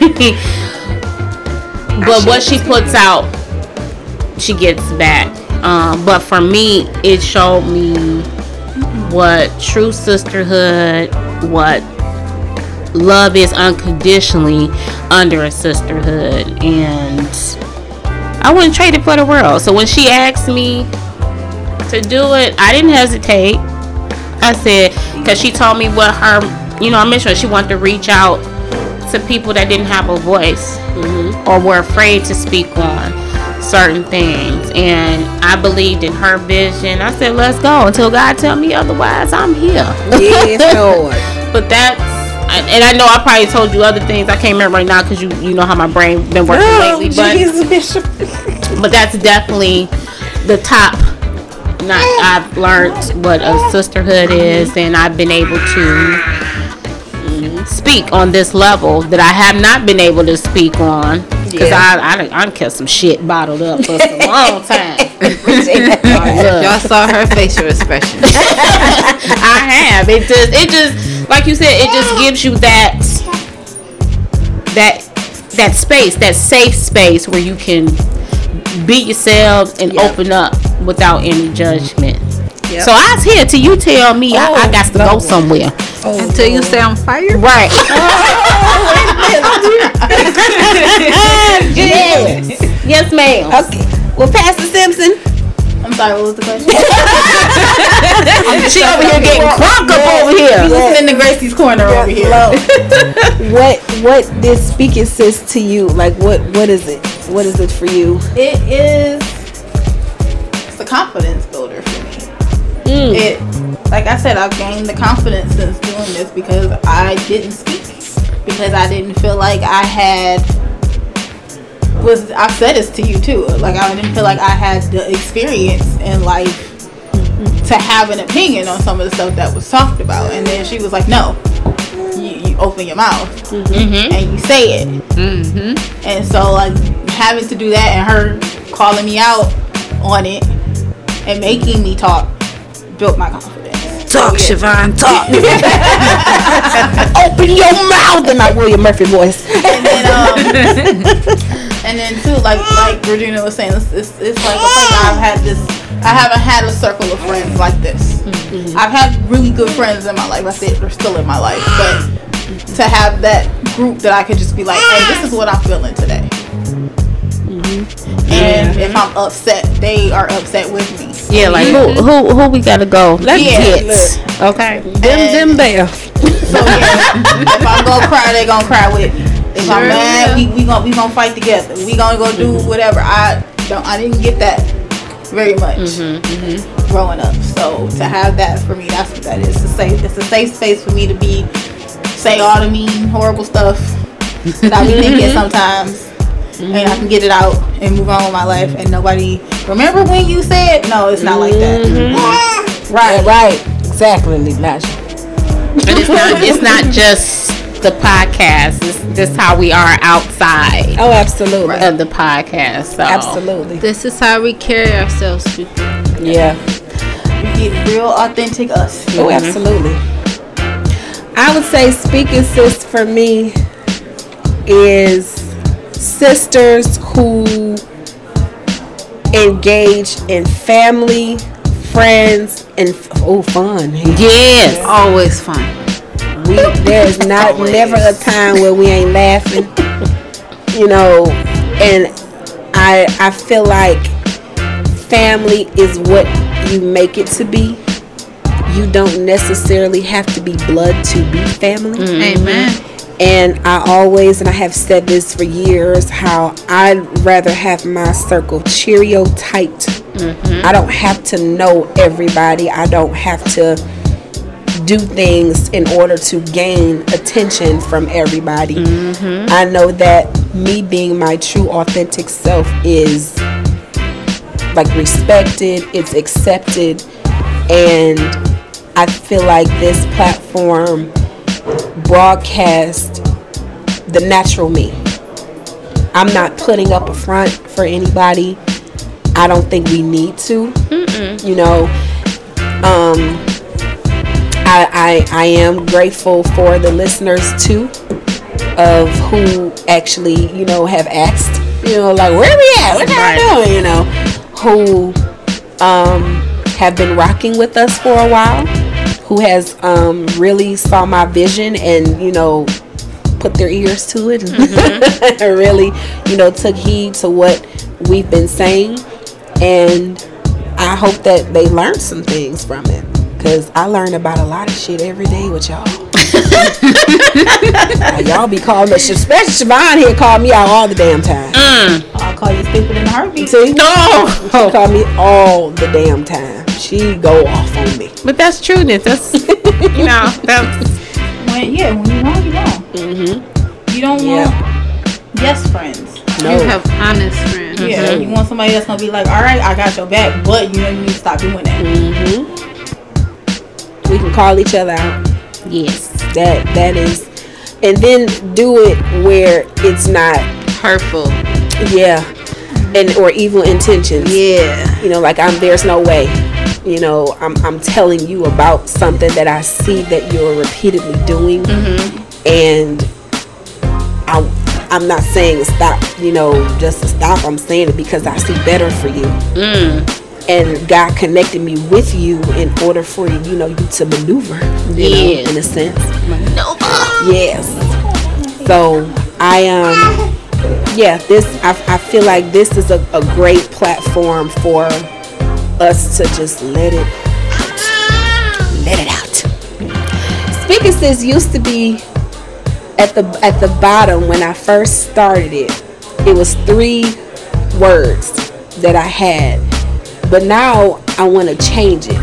S3: but what she puts out she gets back um but for me it showed me what true sisterhood what love is unconditionally under a sisterhood and I wouldn't trade it for the world. So when she asked me to do it, I didn't hesitate. I said, because she told me what her, you know, I mentioned she wanted to reach out to people that didn't have a voice or were afraid to speak on certain things. And I believed in her vision. I said, let's go. Until God tell me otherwise, I'm here.
S1: Yes, Lord.
S3: But that's and I know I probably told you other things. I can't remember right now because you you know how my brain been working lately. But
S1: Bishop.
S3: but that's definitely the top not I've learned what a sisterhood is and I've been able to speak on this level that I have not been able to speak on because
S1: Yeah.
S3: I I done, I done kept some shit bottled up for a long time.
S2: Y'all saw her facial expression.
S3: <laughs> I have. It just it just like you said, it just gives you that that that space, that safe space where you can be yourself and open up without any judgment. So I was here till you tell me I, I got to go somewhere.
S2: Until you say I'm fired.
S3: Right.
S1: Yes.
S3: <laughs> yes, ma'am.
S1: Okay. Well, Pastor Simpson,
S4: I'm sorry, what was the question?
S2: <laughs>
S3: She over here getting crunk up over here.
S4: Listening to Gracie's corner over here.
S1: <laughs> Lo, what what this speaking says to you? Like what what is it? What is it for you?
S4: It is it's a confidence builder for me. Mm. It like I said, I've gained the confidence since doing this because I didn't speak. Because I didn't feel like I had was I've said this to you too. Like I didn't feel like I had the experience in life to have an opinion on some of the stuff that was talked about. And then she was like, No. You, you open your mouth and you say it. And so like having to do that and her calling me out on it and making me talk built my confidence.
S1: Talk, Siobhan, talk. Open your mouth in my William Murphy voice.
S4: And then um and then too like like Regina was saying it's, it's, it's like a thing I've had this I haven't had a circle of friends like this. I've had really good friends in my life. I said they're still in my life, but to have that group that I could just be like, hey, this is what I'm feeling today. And if I'm upset, they are upset with me.
S3: Yeah, like who who who we gotta go? Let's
S4: Yeah.
S3: get. Okay.
S4: And-
S1: Them there.
S4: <laughs> So yeah, if I go cry, they gonna cry with me. If I'm mad, we we gonna we gonna fight together. We gonna go do whatever. I don't. I didn't get that very much growing up. So to have that for me, that's what that is. It's a safe. It's a safe space for me to be say all the mean, horrible stuff that I be thinking sometimes. And I can get it out and move on with my life, and nobody remember when you said no. It's not like that, Ah!
S1: Right, right. Exactly, Natasha.
S3: But it's not it's not just the podcast. It's just how we are outside.
S1: Oh, absolutely.
S3: of the podcast. So.
S1: Absolutely.
S2: This is how we carry ourselves, people.
S1: Yeah.
S4: We get real authentic us.
S1: Oh, absolutely. I would say speaking sis for me is sisters who engage in family, friends, and oh, fun.
S3: Yes.
S2: Always fun.
S1: We there's not
S2: Always.
S1: never a time where we ain't laughing. You know, and I I feel like family is what you make it to be. You don't necessarily have to be blood to be family.
S2: Amen.
S1: And I always, and I have said this for years, how I'd rather have my circle Cheerio tight. I don't have to know everybody. I don't have to do things in order to gain attention from everybody. I know that me being my true, authentic self is like respected, it's accepted, and I feel like this platform broadcast the natural me. I'm not putting up a front for anybody. I don't think we need to. You know, um, I, I I am grateful for the listeners too, of who actually you know have asked. You know, like where we at? What y'all doing? You know, who um, have been rocking with us for a while, who has um, really saw my vision and you know put their ears to it, and <laughs> really you know took heed to what we've been saying, and I hope that they learned some things from it because I learn about a lot of shit every day with y'all. Now, y'all be calling us, especially Siobhan here called me out all the damn time.
S4: I'll call you stupid in a heartbeat.
S1: See? No! She
S3: Oh.
S1: called me all the damn time. She go off on me.
S3: But that's trueness. That's you know, that's
S4: When, yeah, when you wrong, you wrong. You don't
S1: Mm-hmm. Yeah.
S4: want yes friends.
S1: No.
S2: You have honest friends.
S4: Yeah,
S1: Mm-hmm.
S4: you want somebody that's gonna be like, all right, I got your back, but you know you need to stop doing that.
S1: hmm We can call each other out.
S3: yes.
S1: That that is, and then do it where it's not,
S2: Hurtful.
S1: yeah, and or evil intentions.
S2: Yeah.
S1: You know, like I'm. There's no way. You know, I'm I'm telling you about something that I see that you're repeatedly doing,
S2: Mm-hmm.
S1: and I I'm not saying stop. You know, just to stop. I'm saying it because I see better for you.
S2: Mm.
S1: and God connected me with you in order for you know you to maneuver, you know,
S3: Yes.
S1: in a sense. Yes. So I um yeah this I, I feel like this is a, a great platform for us to just let it let it out. Speaking sis used to be at the at the bottom when I first started it. It was three words that I had, but now I want to change it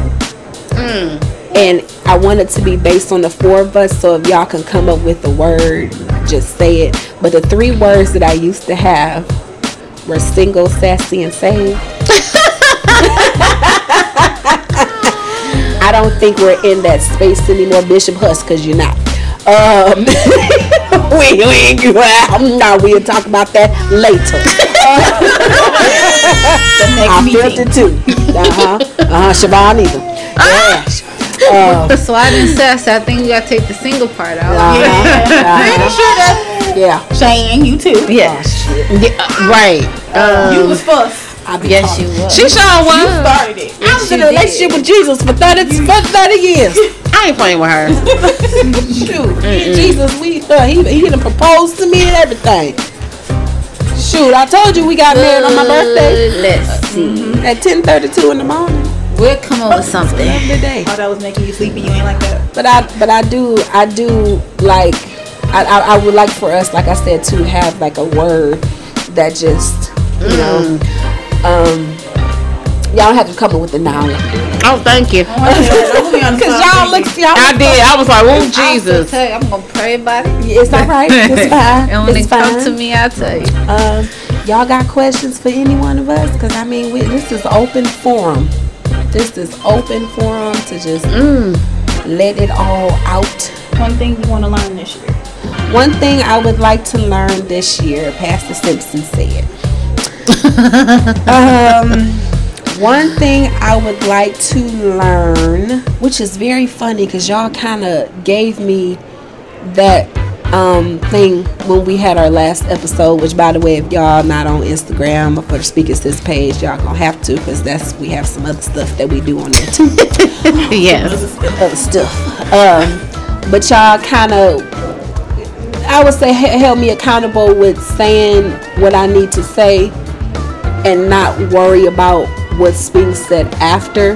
S1: and I want it to be based on the four of us. So if y'all can come up with a word, just say it. But the three words that I used to have were single, sassy, and saved. <laughs> I don't think we're in that space anymore, Bishop Huss, because you're not. Um, <laughs> we, we, well, no, we'll talk about that later.
S4: The next
S3: <laughs>
S1: I felt
S4: meeting.
S1: it too. Uh huh. Uh huh. Siobhan either. Yeah. Um,
S2: So I didn't sass. I think you gotta take the single part out.
S1: uh-huh, uh-huh. Yeah.
S4: Shane, you too.
S1: Yeah. shit.
S3: Yeah, uh, right.
S4: you was fussed.
S1: I be
S2: Yes, you was.
S3: She sure
S4: You
S3: was.
S4: started it.
S1: I was in a relationship with Jesus for 30, for 30 years.
S3: I ain't playing with her.
S1: Shoot, me and Jesus, we uh, he he done proposed to me and everything. Shoot, I told you we got married on my birthday
S2: Uh,
S1: Uh, mm-hmm.
S2: Let's see.
S1: at 10:32 in the morning
S2: We'll come up with something.
S1: every day.
S4: Oh, that was making you sleepy. You ain't like that.
S1: But I but I do I do like I, I, I would like for us like I said to have like a word that just you
S2: Mm.
S1: know um y'all don't have to come up with it now
S3: Oh, thank you.
S1: because y'all look y'all
S3: I did. I was like, oh Jesus.
S2: I'll tell you, I'm gonna pray about it.
S1: it's all
S2: <laughs>
S1: right it's fine
S2: And when
S1: it's
S2: it comes
S1: fine.
S2: to me, I'll tell you.
S1: Um, y'all got questions for any one of us? Cause I mean, we, this is open forum. This is open forum to just
S2: Mm.
S1: let it all out.
S4: One thing you want to learn this year.
S1: One thing I would like to learn this year, Pastor Simpson said. um, one thing I would like to learn, which is very funny because y'all kind of gave me that um, thing when we had our last episode, which by the way, if y'all not on Instagram or for the Speakers This page, y'all gonna have to because that's we have some other stuff that we do on there too.
S2: Yes.
S1: other stuff. Um, but y'all kind of, I would say, he- held me accountable with saying what I need to say and not worry about what's being said after.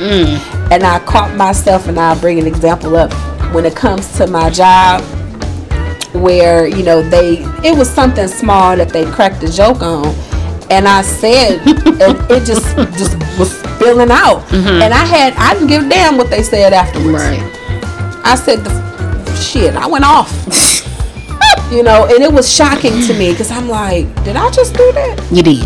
S1: And I caught myself, and I'll bring an example up when it comes to my job where you know they it was something small that they cracked a joke on and I said <laughs> and it just just was spilling out and I had I didn't give a damn what they said afterwards I said the f- shit I went off <laughs> you know and it was shocking to me because I'm like did I just do that
S3: You did.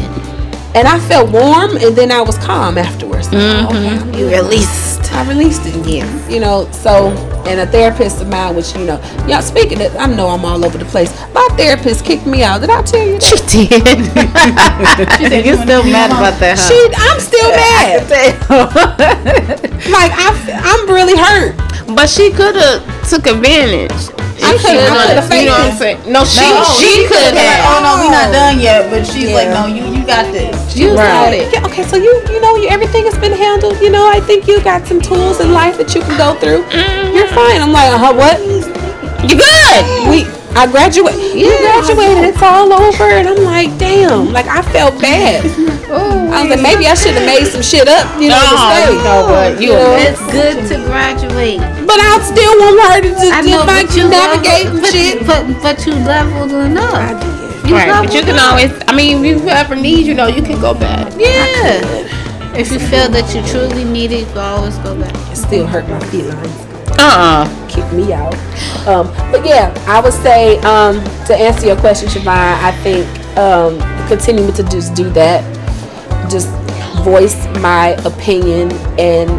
S1: and I felt warm and then I was calm afterwards Like, okay, I'm good.
S3: Released.
S1: I released it. Yeah. You know, so and a therapist of mine, which you know, y'all speaking of, I know I'm all over the place. My therapist kicked me out. Did I tell you? That?
S3: She did. <laughs>
S2: You're still mad about that, huh?
S1: She, I'm still mad. Like I, I'm really hurt.
S3: But she could have took advantage.
S1: I could have
S3: You know what I'm
S1: faked it.
S3: saying? No, she
S4: No,
S3: she could
S4: Like,
S3: have.
S4: oh no, we're not done yet. But she's
S1: Yeah.
S4: like, no, you you got this.
S1: You was
S3: Right.
S1: like, yeah, okay, so you, you know, you, everything has been handled. You know, I think you got some tools in life that you can go through. You're fine. I'm like, uh huh, what?
S3: You good?
S1: We, I graduated. You graduated. It's all over, and I'm like, damn. Like I felt bad. I was like, maybe I should have made some shit up, you know, to
S3: No,
S1: stay.
S3: you know what, you a
S1: know?
S2: It's good to graduate.
S1: But I still want her to
S2: I
S1: just
S2: know,
S1: get back
S2: but you
S1: to navigating
S2: leveled- but, <laughs>
S1: shit.
S2: But, but you leveled enough. You
S3: Right, but you
S2: leveled
S3: can
S2: up.
S3: always. I mean, if you ever need, you know, you can go back.
S2: Yeah. If you feel that you truly need it, you always go back.
S1: It still hurt my feelings.
S3: Uh. uh
S1: Kick me out. Um, but yeah, I would say um, to answer your question, Siobhan, I think um, continuing to just do that, just voice my opinion, and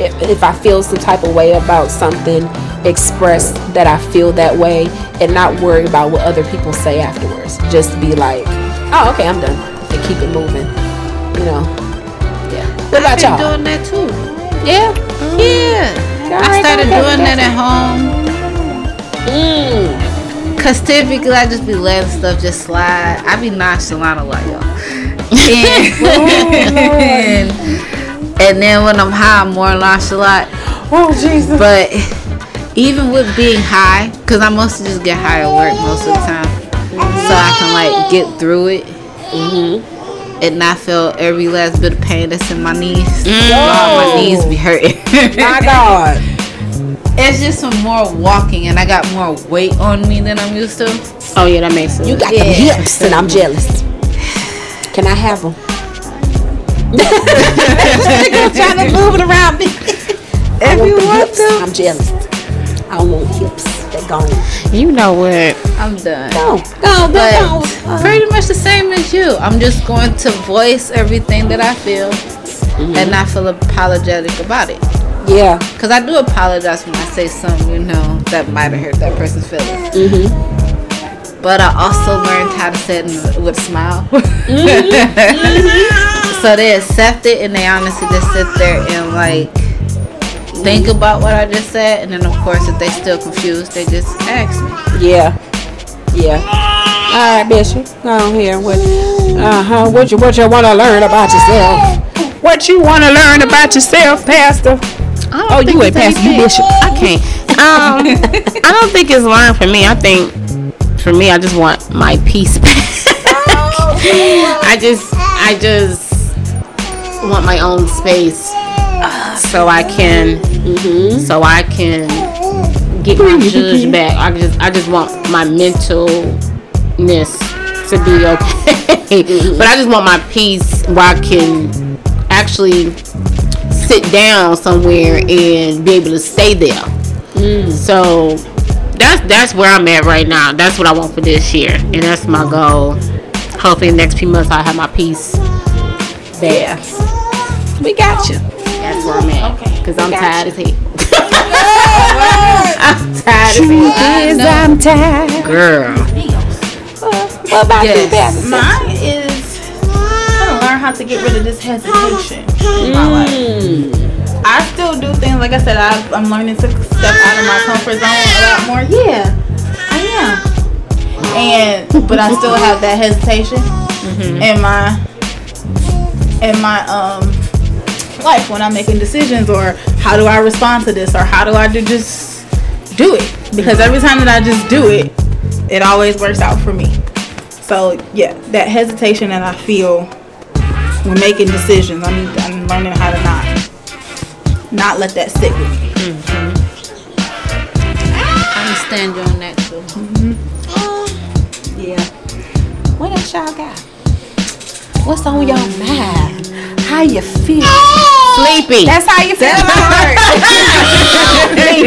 S1: if, if I feel some type of way about something, express that I feel that way, and not worry about what other people say afterwards. Just be like, oh, okay, I'm done, and keep it moving. You know. Yeah. What about
S2: I've
S1: y'all?
S2: been doing that too.
S1: Yeah.
S2: Mm. Yeah. I
S1: Alright,
S2: started
S1: okay,
S2: doing that at home.
S1: Mm.
S2: Cause typically I just be letting stuff just slide. I be nonchalant a lot,
S1: <laughs>
S2: y'all. And, and then when I'm high, I'm more nonchalant.
S1: Oh Jesus!
S2: But even with being high, cause I mostly just get high at work most of the time, so I can like get through it. And not feel every last bit of pain that's in my knees. All my knees be <laughs> hurting.
S1: My God!
S2: It's just some more walking, and I got more weight on me than I'm used to.
S3: Oh yeah, that makes sense.
S1: You got them
S2: Yeah.
S1: hips, and I'm jealous. Can I have them? trying to move it around me. I want them hips. I'm jealous. I want hips. They gone.
S3: You know what?
S2: I'm done.
S1: Go, go, go,
S2: But
S1: go.
S2: pretty much the same as you. I'm just going to voice everything that I feel and not feel apologetic about it.
S1: Yeah,
S2: Because I do apologize when I say something, you know, that might have hurt that person's feelings. But I also learned how to say it in- with a smile. <laughs> so they accept it and they honestly just sit there and like think about what I just said. And then, of course, if they still confused, they just ask me.
S1: yeah, yeah. All right, Bishop, go on here. What? Uh huh. What you What you want to learn about yourself? What you want to learn about yourself, Pastor?
S3: Oh,
S1: you ain't passing, you bishop.
S3: I can't. Um, I don't think it's lying for me. I think for me, I just want my peace back. <laughs> I just, I just want my own space, so I can, so I can get my judge back. I just, I just want my mentalness to be okay, <laughs> but I just want my peace where I can actually sit down somewhere and be able to stay there. So that's that's where I'm at right now. That's what I want for this year, and that's my goal. Hopefully, the next few months I'll have my peace.
S1: Yeah. We got you.
S3: That's where I'm at. Okay. Cause I'm tired as hell. <laughs> I'm tired as hell,
S1: Is I'm tired.
S3: girl.
S1: What about you,
S2: Yes.
S1: Pastor?
S4: Mine is trying to learn how to get rid of this hesitation in my life. I still do things like I said. I, I'm learning to step out of my comfort zone a lot more. Yeah, I am. and but I still have that hesitation in my in my um life when I'm making decisions or how do I respond to this or how do I do just do it because every time that I just do it, it always works out for me. So yeah, that hesitation that I feel when making decisions, I need I'm learning how to not not let that stick with me.
S2: I understand you on that too.
S1: Yeah. What else y'all got? What's on your mind? How you feel?
S3: Sleepy.
S1: That's how you feel. Sleepy.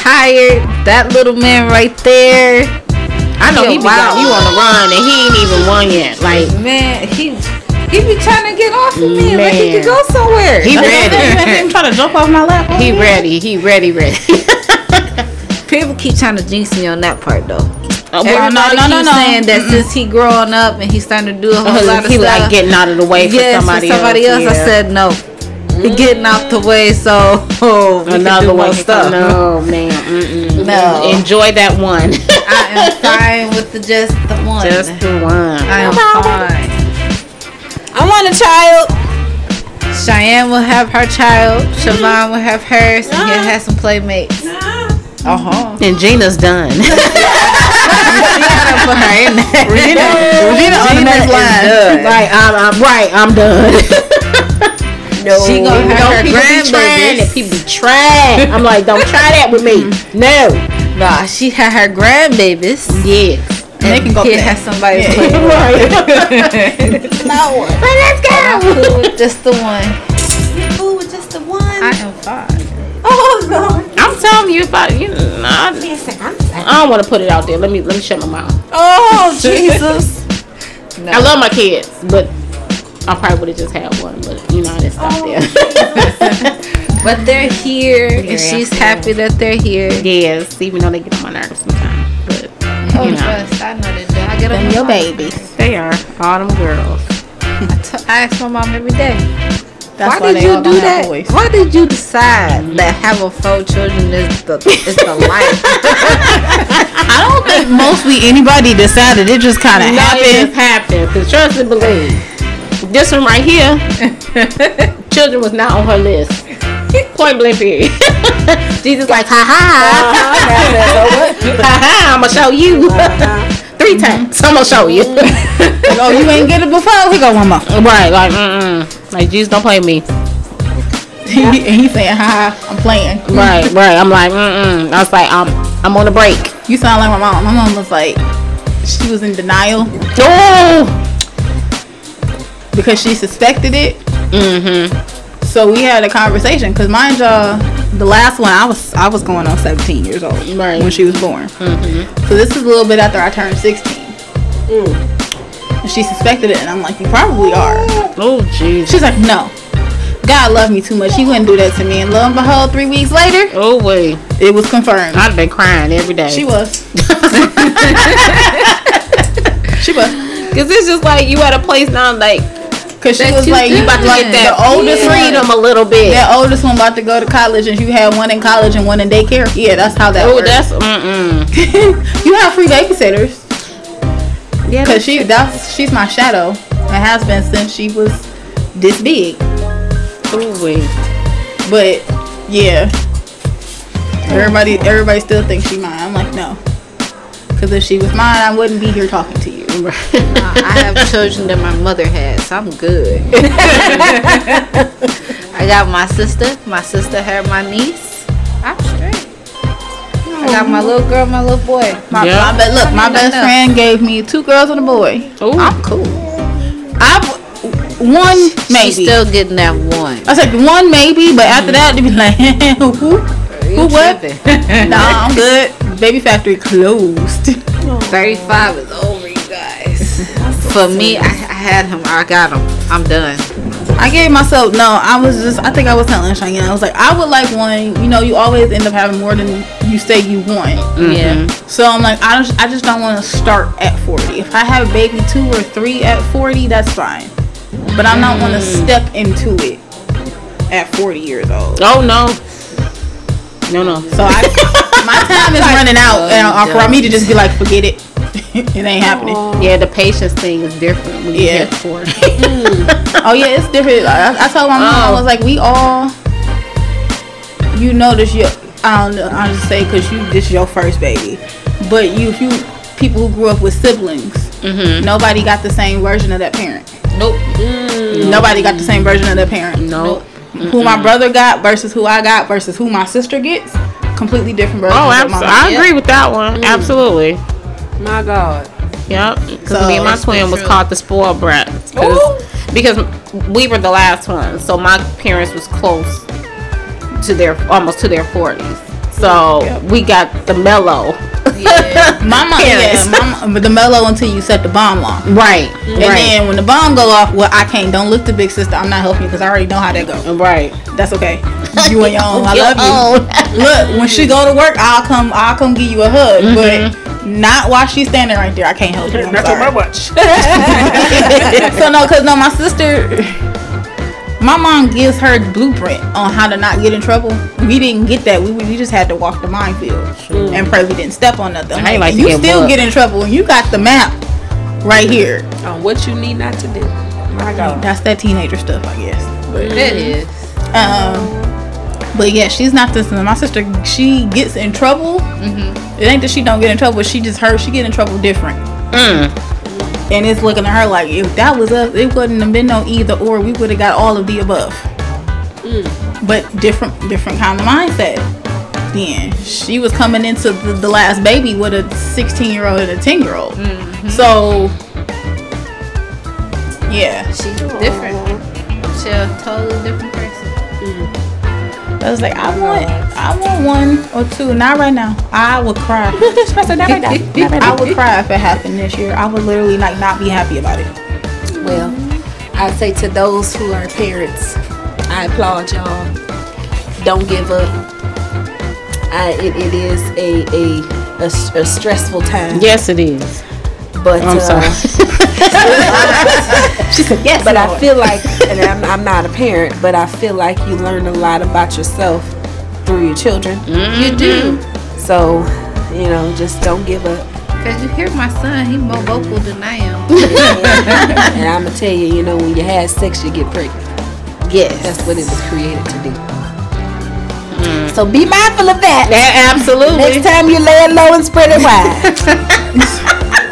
S2: Tired. That little man right there.
S3: I know he be
S2: Wow.
S3: got you on the run and he ain't even won yet. Like
S2: Man, he he be trying to get off of me and like he
S3: Man.
S2: could go somewhere. <laughs>
S3: he ready.
S4: Him trying to jump off my lap.
S3: he ready. He ready. Ready.
S2: People keep trying to jinx me on that part though.
S3: Oh,
S4: well,
S2: Everybody
S4: no, no, no,
S2: keeps
S4: no.
S2: saying that since he growing up and he's starting to do a whole lot of
S3: Oh, he
S2: stuff.
S3: like getting out of the way for
S2: yes,
S3: somebody,
S2: for somebody else,
S3: Yeah.
S2: I said no. He getting off the way, so <laughs> oh, we can
S3: another
S2: do
S3: one.
S2: more stuff.
S3: No, man. Mm-mm.
S2: No.
S3: Enjoy that one. <laughs>
S2: I am fine with the just the one.
S3: Just the one.
S2: I am fine.
S1: I want a child.
S2: Cheyenne will have her child. Siobhan will have hers. And he'll have some playmates.
S4: Uh huh.
S3: And Gina's
S2: <laughs>
S3: done.
S2: Put her in
S3: <laughs>
S2: there. <laughs>
S3: Gina on the next line. Like I'm, I'm right. I'm done. no,
S2: <laughs> She gonna
S3: you know,
S2: have her
S3: people be trying
S2: grandbabies.
S3: and people be trying. I'm like, don't try that with me.
S2: Mm-hmm.
S3: No.
S2: Nah, she had her grandbabies.
S3: Yes.
S2: And they can go
S4: play.
S2: have somebody to play.
S3: <laughs>
S2: <laughs>
S3: right.
S2: Let's go. I'm cool with just the one. You're cool with just the one. I am fine.
S3: I'm telling you, if I, you know, I, I don't want to put it out there. Let me, let me shut my mouth.
S1: Oh, Jesus.
S3: I love my kids, but I probably would have just had one. But you know, I didn't stop
S2: But they're here, and she's happy that they're here.
S3: there. yes, even though they get on my nerves sometimes, but
S2: Oh,
S3: you know,
S2: trust. I know that. do. I get on
S4: Them
S2: my
S4: your
S2: mom.
S4: babies.
S3: they are all them girls.
S2: I t- I ask my mom every day.
S4: That's
S2: why, did
S4: they
S2: you
S4: all
S2: do
S4: don't have
S2: that?
S4: voice.
S2: Why did you decide that having four children is the is the life?
S4: I don't think mostly anybody decided. It just kind of
S3: Nothing just happened.
S4: happened.
S3: Cause trust and believe. This one right here, children was not on her list. Point blank period. <laughs> Jesus like, ha ha, ha ha. I'ma show you three times. I'ma show you.
S4: Oh, you ain't get it before. We go one
S3: <laughs>
S4: more.
S3: right, like, mm like Jesus don't play me.
S4: and <laughs> he saying, "Hi, I'm playing."
S3: Right, right. I'm like, mm I was like, I'm, I'm on a break.
S4: You sound like my mom. My mom was like, she was in denial
S3: Oh,
S4: because she suspected it.
S3: mm-hmm.
S4: So we had a conversation. Cause mind y'all, the last one I was I was going on 17 years old
S3: Right. Mm-hmm.
S4: when she was born. So this is a little bit after I turned 16. And she suspected it, and I'm like, you probably are.
S3: Oh, Jesus.
S4: She's like, no. God loved me too much. He wouldn't do that to me. And lo and behold, three weeks later,
S3: Oh wait,
S4: it was confirmed.
S3: I'd been crying every day. <laughs>
S4: She was. she was.
S3: Cause it's just like you at a place now, like
S4: Cause she
S2: That
S4: was
S2: you
S4: like, you
S2: did.
S4: about to
S3: like
S4: get
S3: that
S4: that the oldest one.
S3: freedom a little bit.
S4: That oldest one about to go to college, and you had one in college and one in daycare. Yeah, that's how that
S3: Oh,
S4: works. <laughs>
S3: that's mm-mm.
S4: you have free babysitters.
S3: Yeah,
S4: Cause she that's she's my shadow and has been since she was this big.
S3: Ooh, wait.
S4: But yeah. Everybody everybody still thinks she mine. I'm like, no. Cause if she was mine, I wouldn't be here talking to you.
S2: I have children that my mother had, so I'm good. I got my sister. My sister had my niece. I'm straight. I got my little girl, my little boy.
S4: My,
S3: Yeah.
S4: my be- look, my
S2: No,
S4: best
S2: no.
S4: friend gave me two girls and a boy.
S3: Ooh.
S4: I'm cool. I one maybe.
S2: She's still getting that one.
S4: I said one maybe, but after that, they be like, <laughs> who? Who what? <laughs> nah, I'm good. Baby factory closed.
S2: 35 is over, you guys. For me, I, I had him. I got him. I'm done.
S4: I gave myself no. I was just. I think I was telling Cheyenne. I was like, I would like one. You know, you always end up having more than you say you want.
S2: Mm. Yeah.
S4: So I'm like, I just, I just don't want to start at 40. If I have baby two or three at 40, that's fine. But I'm not want to step into it at 40 years old.
S3: Oh no. No no. <laughs>
S4: So I, my time is running out and, uh, for me to just be like, forget it. <laughs> it ain't happening.
S3: Yeah, the patience thing is different when you
S4: Yeah.
S3: get for Oh, it.
S4: <laughs> Oh yeah, it's different. I, I told my mom, I
S3: Oh.
S4: was like, we all, you know, this your, I don't know, I just say because you, this your first baby, but you, if you, people who grew up with siblings,
S3: Mm-hmm.
S4: nobody got the same version of that parent.
S2: Nope.
S4: Nobody got the same version of their parent.
S3: Nope.
S4: Who my brother got versus who I got versus who my sister gets, completely different versions.
S3: Oh,
S4: of
S3: abs-
S4: my
S3: I agree with that one. Absolutely.
S1: My God.
S3: Yep. Because
S4: So,
S3: me and my
S4: that's
S3: twin
S4: been
S3: was
S4: true.
S3: called the spoiled brat. 'Cause- Because we were the last ones, so my parents was close to their almost to their forties. So we got the mellow.
S4: My mom,
S3: Parents.
S4: yeah, my mom, but the mellow until you set the bomb off.
S3: Mm-hmm. Right.
S4: And then when the bomb go off, well, I can't. Don't look the big sister. I'm not helping you because I already know how that go.
S3: Right.
S4: That's okay. You on your own. I love
S3: Your own.
S4: you. Look, when she go to work, I'll come. I'll come give you a hug,
S3: Mm-hmm.
S4: but not while she's standing right there. I can't help you. I'm
S3: <laughs>
S4: sorry.
S3: watch.
S4: <laughs> so no, cause no, my sister, my mom gives her blueprint on how to not get in trouble. We didn't get that. We, we just had to walk the minefield and pray we didn't step on nothing. I'm
S3: I ain't like to
S4: you
S3: get
S4: still
S3: mugged.
S4: get in trouble. and You got the map right here.
S1: On Um, what you need not to do. My God.
S4: That's that teenager stuff, I guess. But
S2: It is.
S4: um, but yeah, she's not this. My sister, she gets in trouble. It ain't that she don't get in trouble. She just her she get in trouble different. And it's looking at her like if that was us, it wouldn't have been no either or. We would have got all of the above. But different, different kind of mindset. Then she was coming into the, the last baby with a 16 year old and a 10 year old. So yeah,
S2: She's different. She's a totally different person.
S4: I was like, I want, I want one or two. Not right now. I would cry. <laughs> I would cry if it happened this year. I would literally like not be happy about it.
S1: Well, I say to those who are parents, I applaud y'all. Don't give up. I, it, it is a, a, a, s- a stressful time.
S3: Yes, it is.
S1: But
S3: I'm
S1: uh, <laughs>
S3: sorry.
S4: She said, yes,
S1: But I
S4: Lord."
S1: feel like, and I'm, I'm not a parent, but I feel like you learn a lot about yourself through your children.
S2: You do.
S1: So, you know, just don't give up.
S2: Cause you hear my son, he more vocal than I am.
S1: and I'm gonna tell you, you know, when you had sex, you get pregnant.
S3: Yes.
S1: That's what it was created to do. Mm. So be mindful of that.
S3: That absolutely.
S1: Next time you lay it low and spread it <laughs> wide.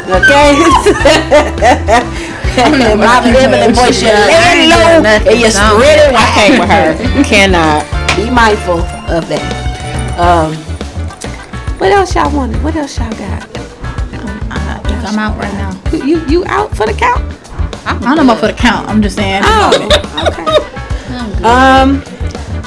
S1: okay? And My feminine voice, you lay it low and you spread it wide.
S3: Okay with
S1: <laughs>
S3: her. Cannot.
S1: Be mindful of that. Um, what else y'all wanted? What else y'all got?
S4: I think I'm out right now.
S1: You you, you out for the count?
S4: I don't know about for the count. I'm just saying.
S1: Oh, okay. Um,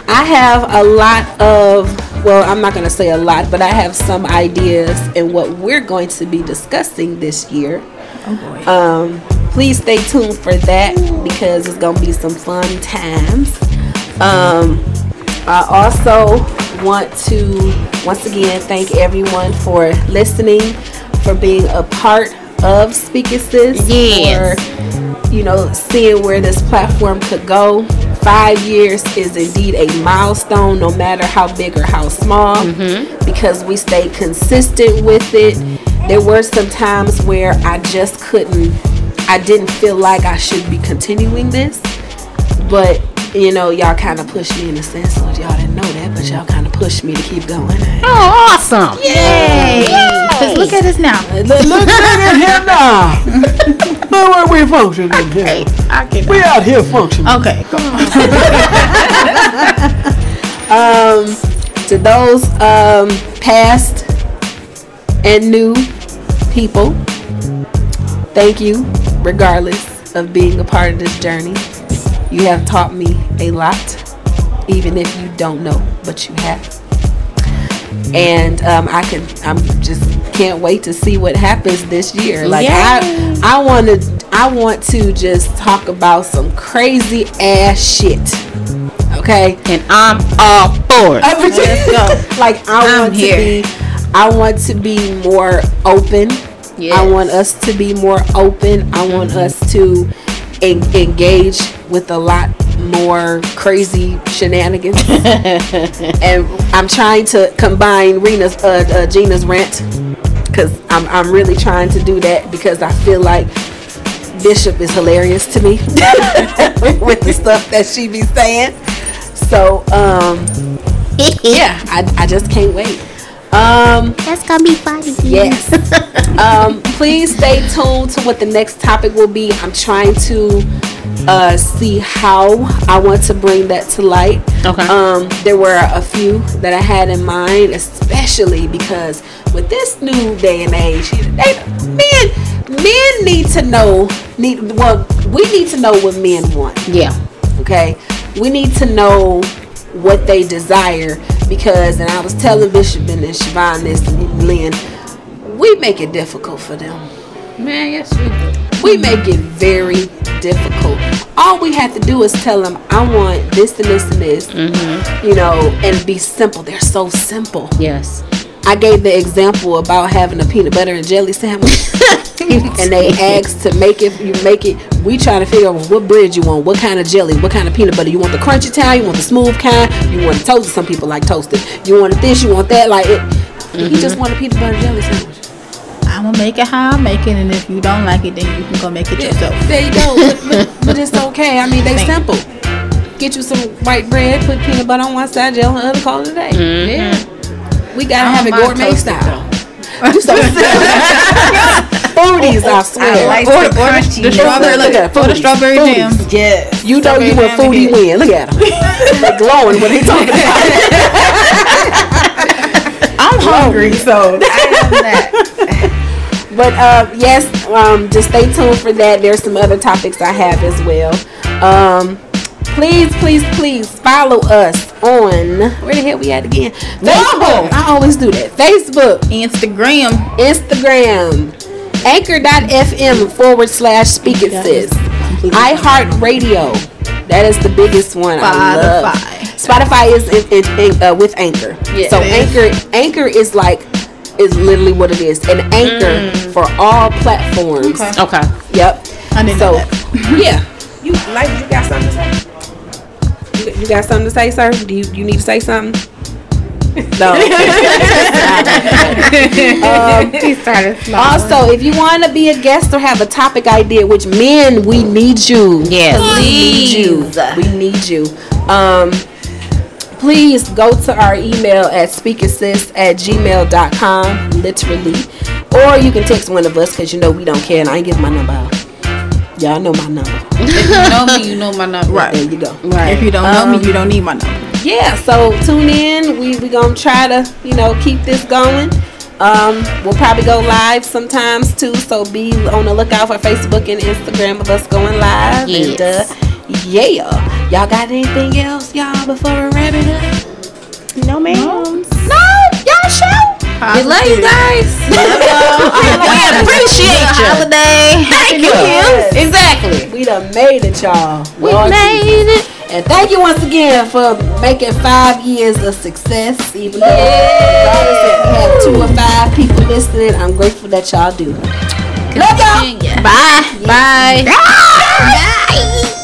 S1: I have a lot of, well, I'm not going to say a lot, but I have some ideas and what we're going to be discussing this year.
S4: Oh boy.
S1: Um, please stay tuned for that because it's gonna be some fun times. Um, I also want to once again thank everyone for listening, for being a part of Speak It Sis,
S3: Yes.
S1: for you know seeing where this platform could go. Five years is indeed a milestone, no matter how big or how small, because we stay consistent with it there were some times where I just couldn't, I didn't feel like I should be continuing this. But, you know, y'all kind of pushed me in a sense. So y'all didn't know that, but y'all kind of pushed me to keep going.
S3: Oh, awesome.
S1: Yay!
S4: Just look at us now.
S5: Look at him now. Look where we functioning here. we out here functioning.
S4: Okay, go on.
S1: Um, to those um, past and new people, thank you, regardless of being a part of this journey. You have taught me a lot, even if you don't know, but you have. And um, I can, I'm just can't wait to see what happens this year. Like I, I want to, I want to just talk about some crazy ass shit. Okay.
S3: And I'm all for it.
S1: I- <laughs> like I
S2: I'm
S1: want
S2: here.
S1: to be I want to be more open. I
S2: Yes.
S1: want us to be more open. I want us to en- engage with a lot more crazy shenanigans. and I'm trying to combine Rena's uh, uh, Gina's rant because I'm I'm really trying to do that because I feel like Bishop is hilarious to me <laughs> with the stuff that she be saying. So um, yeah, I, I just can't wait. Um,
S3: That's gonna be funny.
S1: Yes. um, please stay tuned to what the next topic will be. I'm trying to uh, see how I want to bring that to light.
S3: Okay.
S1: Um, there were a few that I had in mind, especially because with this new day and age, they, men men need to know need well we need to know what men want
S3: Yeah.
S1: okay we need to know what they desire because and i was telling bishop and then siobhan this and lynn we make it difficult for them
S2: Man, yes, we
S1: we make it very difficult all we have to do is tell them i want this and this and this
S2: Mm-hmm.
S1: you know and be simple they're so simple
S3: Yes.
S1: I gave the example about having a peanut butter and jelly sandwich, and they asked to make it. You make it. We trying to figure out what bread you want, what kind of jelly, what kind of peanut butter. You want the crunchy kind, you want the smooth kind, you want it toasted. Some people like toasted. You want this, you want that. Like it. He just want a peanut butter and jelly sandwich.
S4: I'm gonna make it how I make it, and if you don't like it, then you can go make it yourself.
S1: There you go. But, but, but it's okay. I mean, they simple. Get you some white bread, put peanut butter on one side, jelly on the other, call it a day.
S2: Mm-hmm.
S1: Yeah. We gotta have it
S2: want mine
S1: gourmet
S2: toasted,
S1: style. You so foodies, I swear.
S2: or, the crunchy.
S4: The strawberry,
S1: look at
S4: look at or the
S1: foodies,
S4: strawberry jam.
S2: Yes.
S1: You know you a foodie win. Look at him. They glowing when he talking about it.
S4: I'm hungry, so
S1: But uh, yes, um, just stay tuned for that. There's some other topics I have as well. Um, please, please, please follow us on where the hell we at again? Facebook. I always do that. Facebook,
S4: Instagram.
S1: Instagram, anchor.fm forward slash speak it sis. iHeartRadio. That is the biggest one. I love. Spotify is in, in, in, uh, with Anchor. so Anchor Anchor is like is literally what it is. An anchor for all platforms.
S3: Okay.
S1: Yep.
S4: I didn't
S1: So
S4: know
S1: <laughs>
S4: that.
S1: yeah. You like you got something to say? You, you got something to say, sir? Do you, you need to say something? No. <laughs> Um,
S2: He started
S1: also, if you want to be a guest or have a topic idea, which men, we need you.
S3: Yes.
S1: Please. We need you. Um, please go to our email at speakassist at gmail.com, literally. Or you can text one of us because you know we don't care and I ain't give my number out. Y'all know my number.
S2: If you know me, <laughs> you know my number.
S1: There you go.
S3: Right.
S4: If you don't know me, you don't need my number.
S1: Yeah, so tune in. We we gonna try to, you know, keep this going. Um, we'll probably go live sometimes too, so be on the lookout for Facebook and Instagram of us going live. And
S3: Yes.
S1: uh, yeah. Y'all got anything else, y'all, before we wrap it up?
S3: no man.
S1: No, y'all show.
S2: We love you guys.
S3: We appreciate you. Holiday. Thank you.
S1: Yes.
S3: Exactly.
S1: We done made it, y'all.
S3: We
S1: Lord
S3: made it.
S1: Jesus. And thank you once again for making five years a success. Even though regardless if we have two or five people listening, I'm grateful that y'all do. Love y'all.
S3: Bye. Bye. Bye.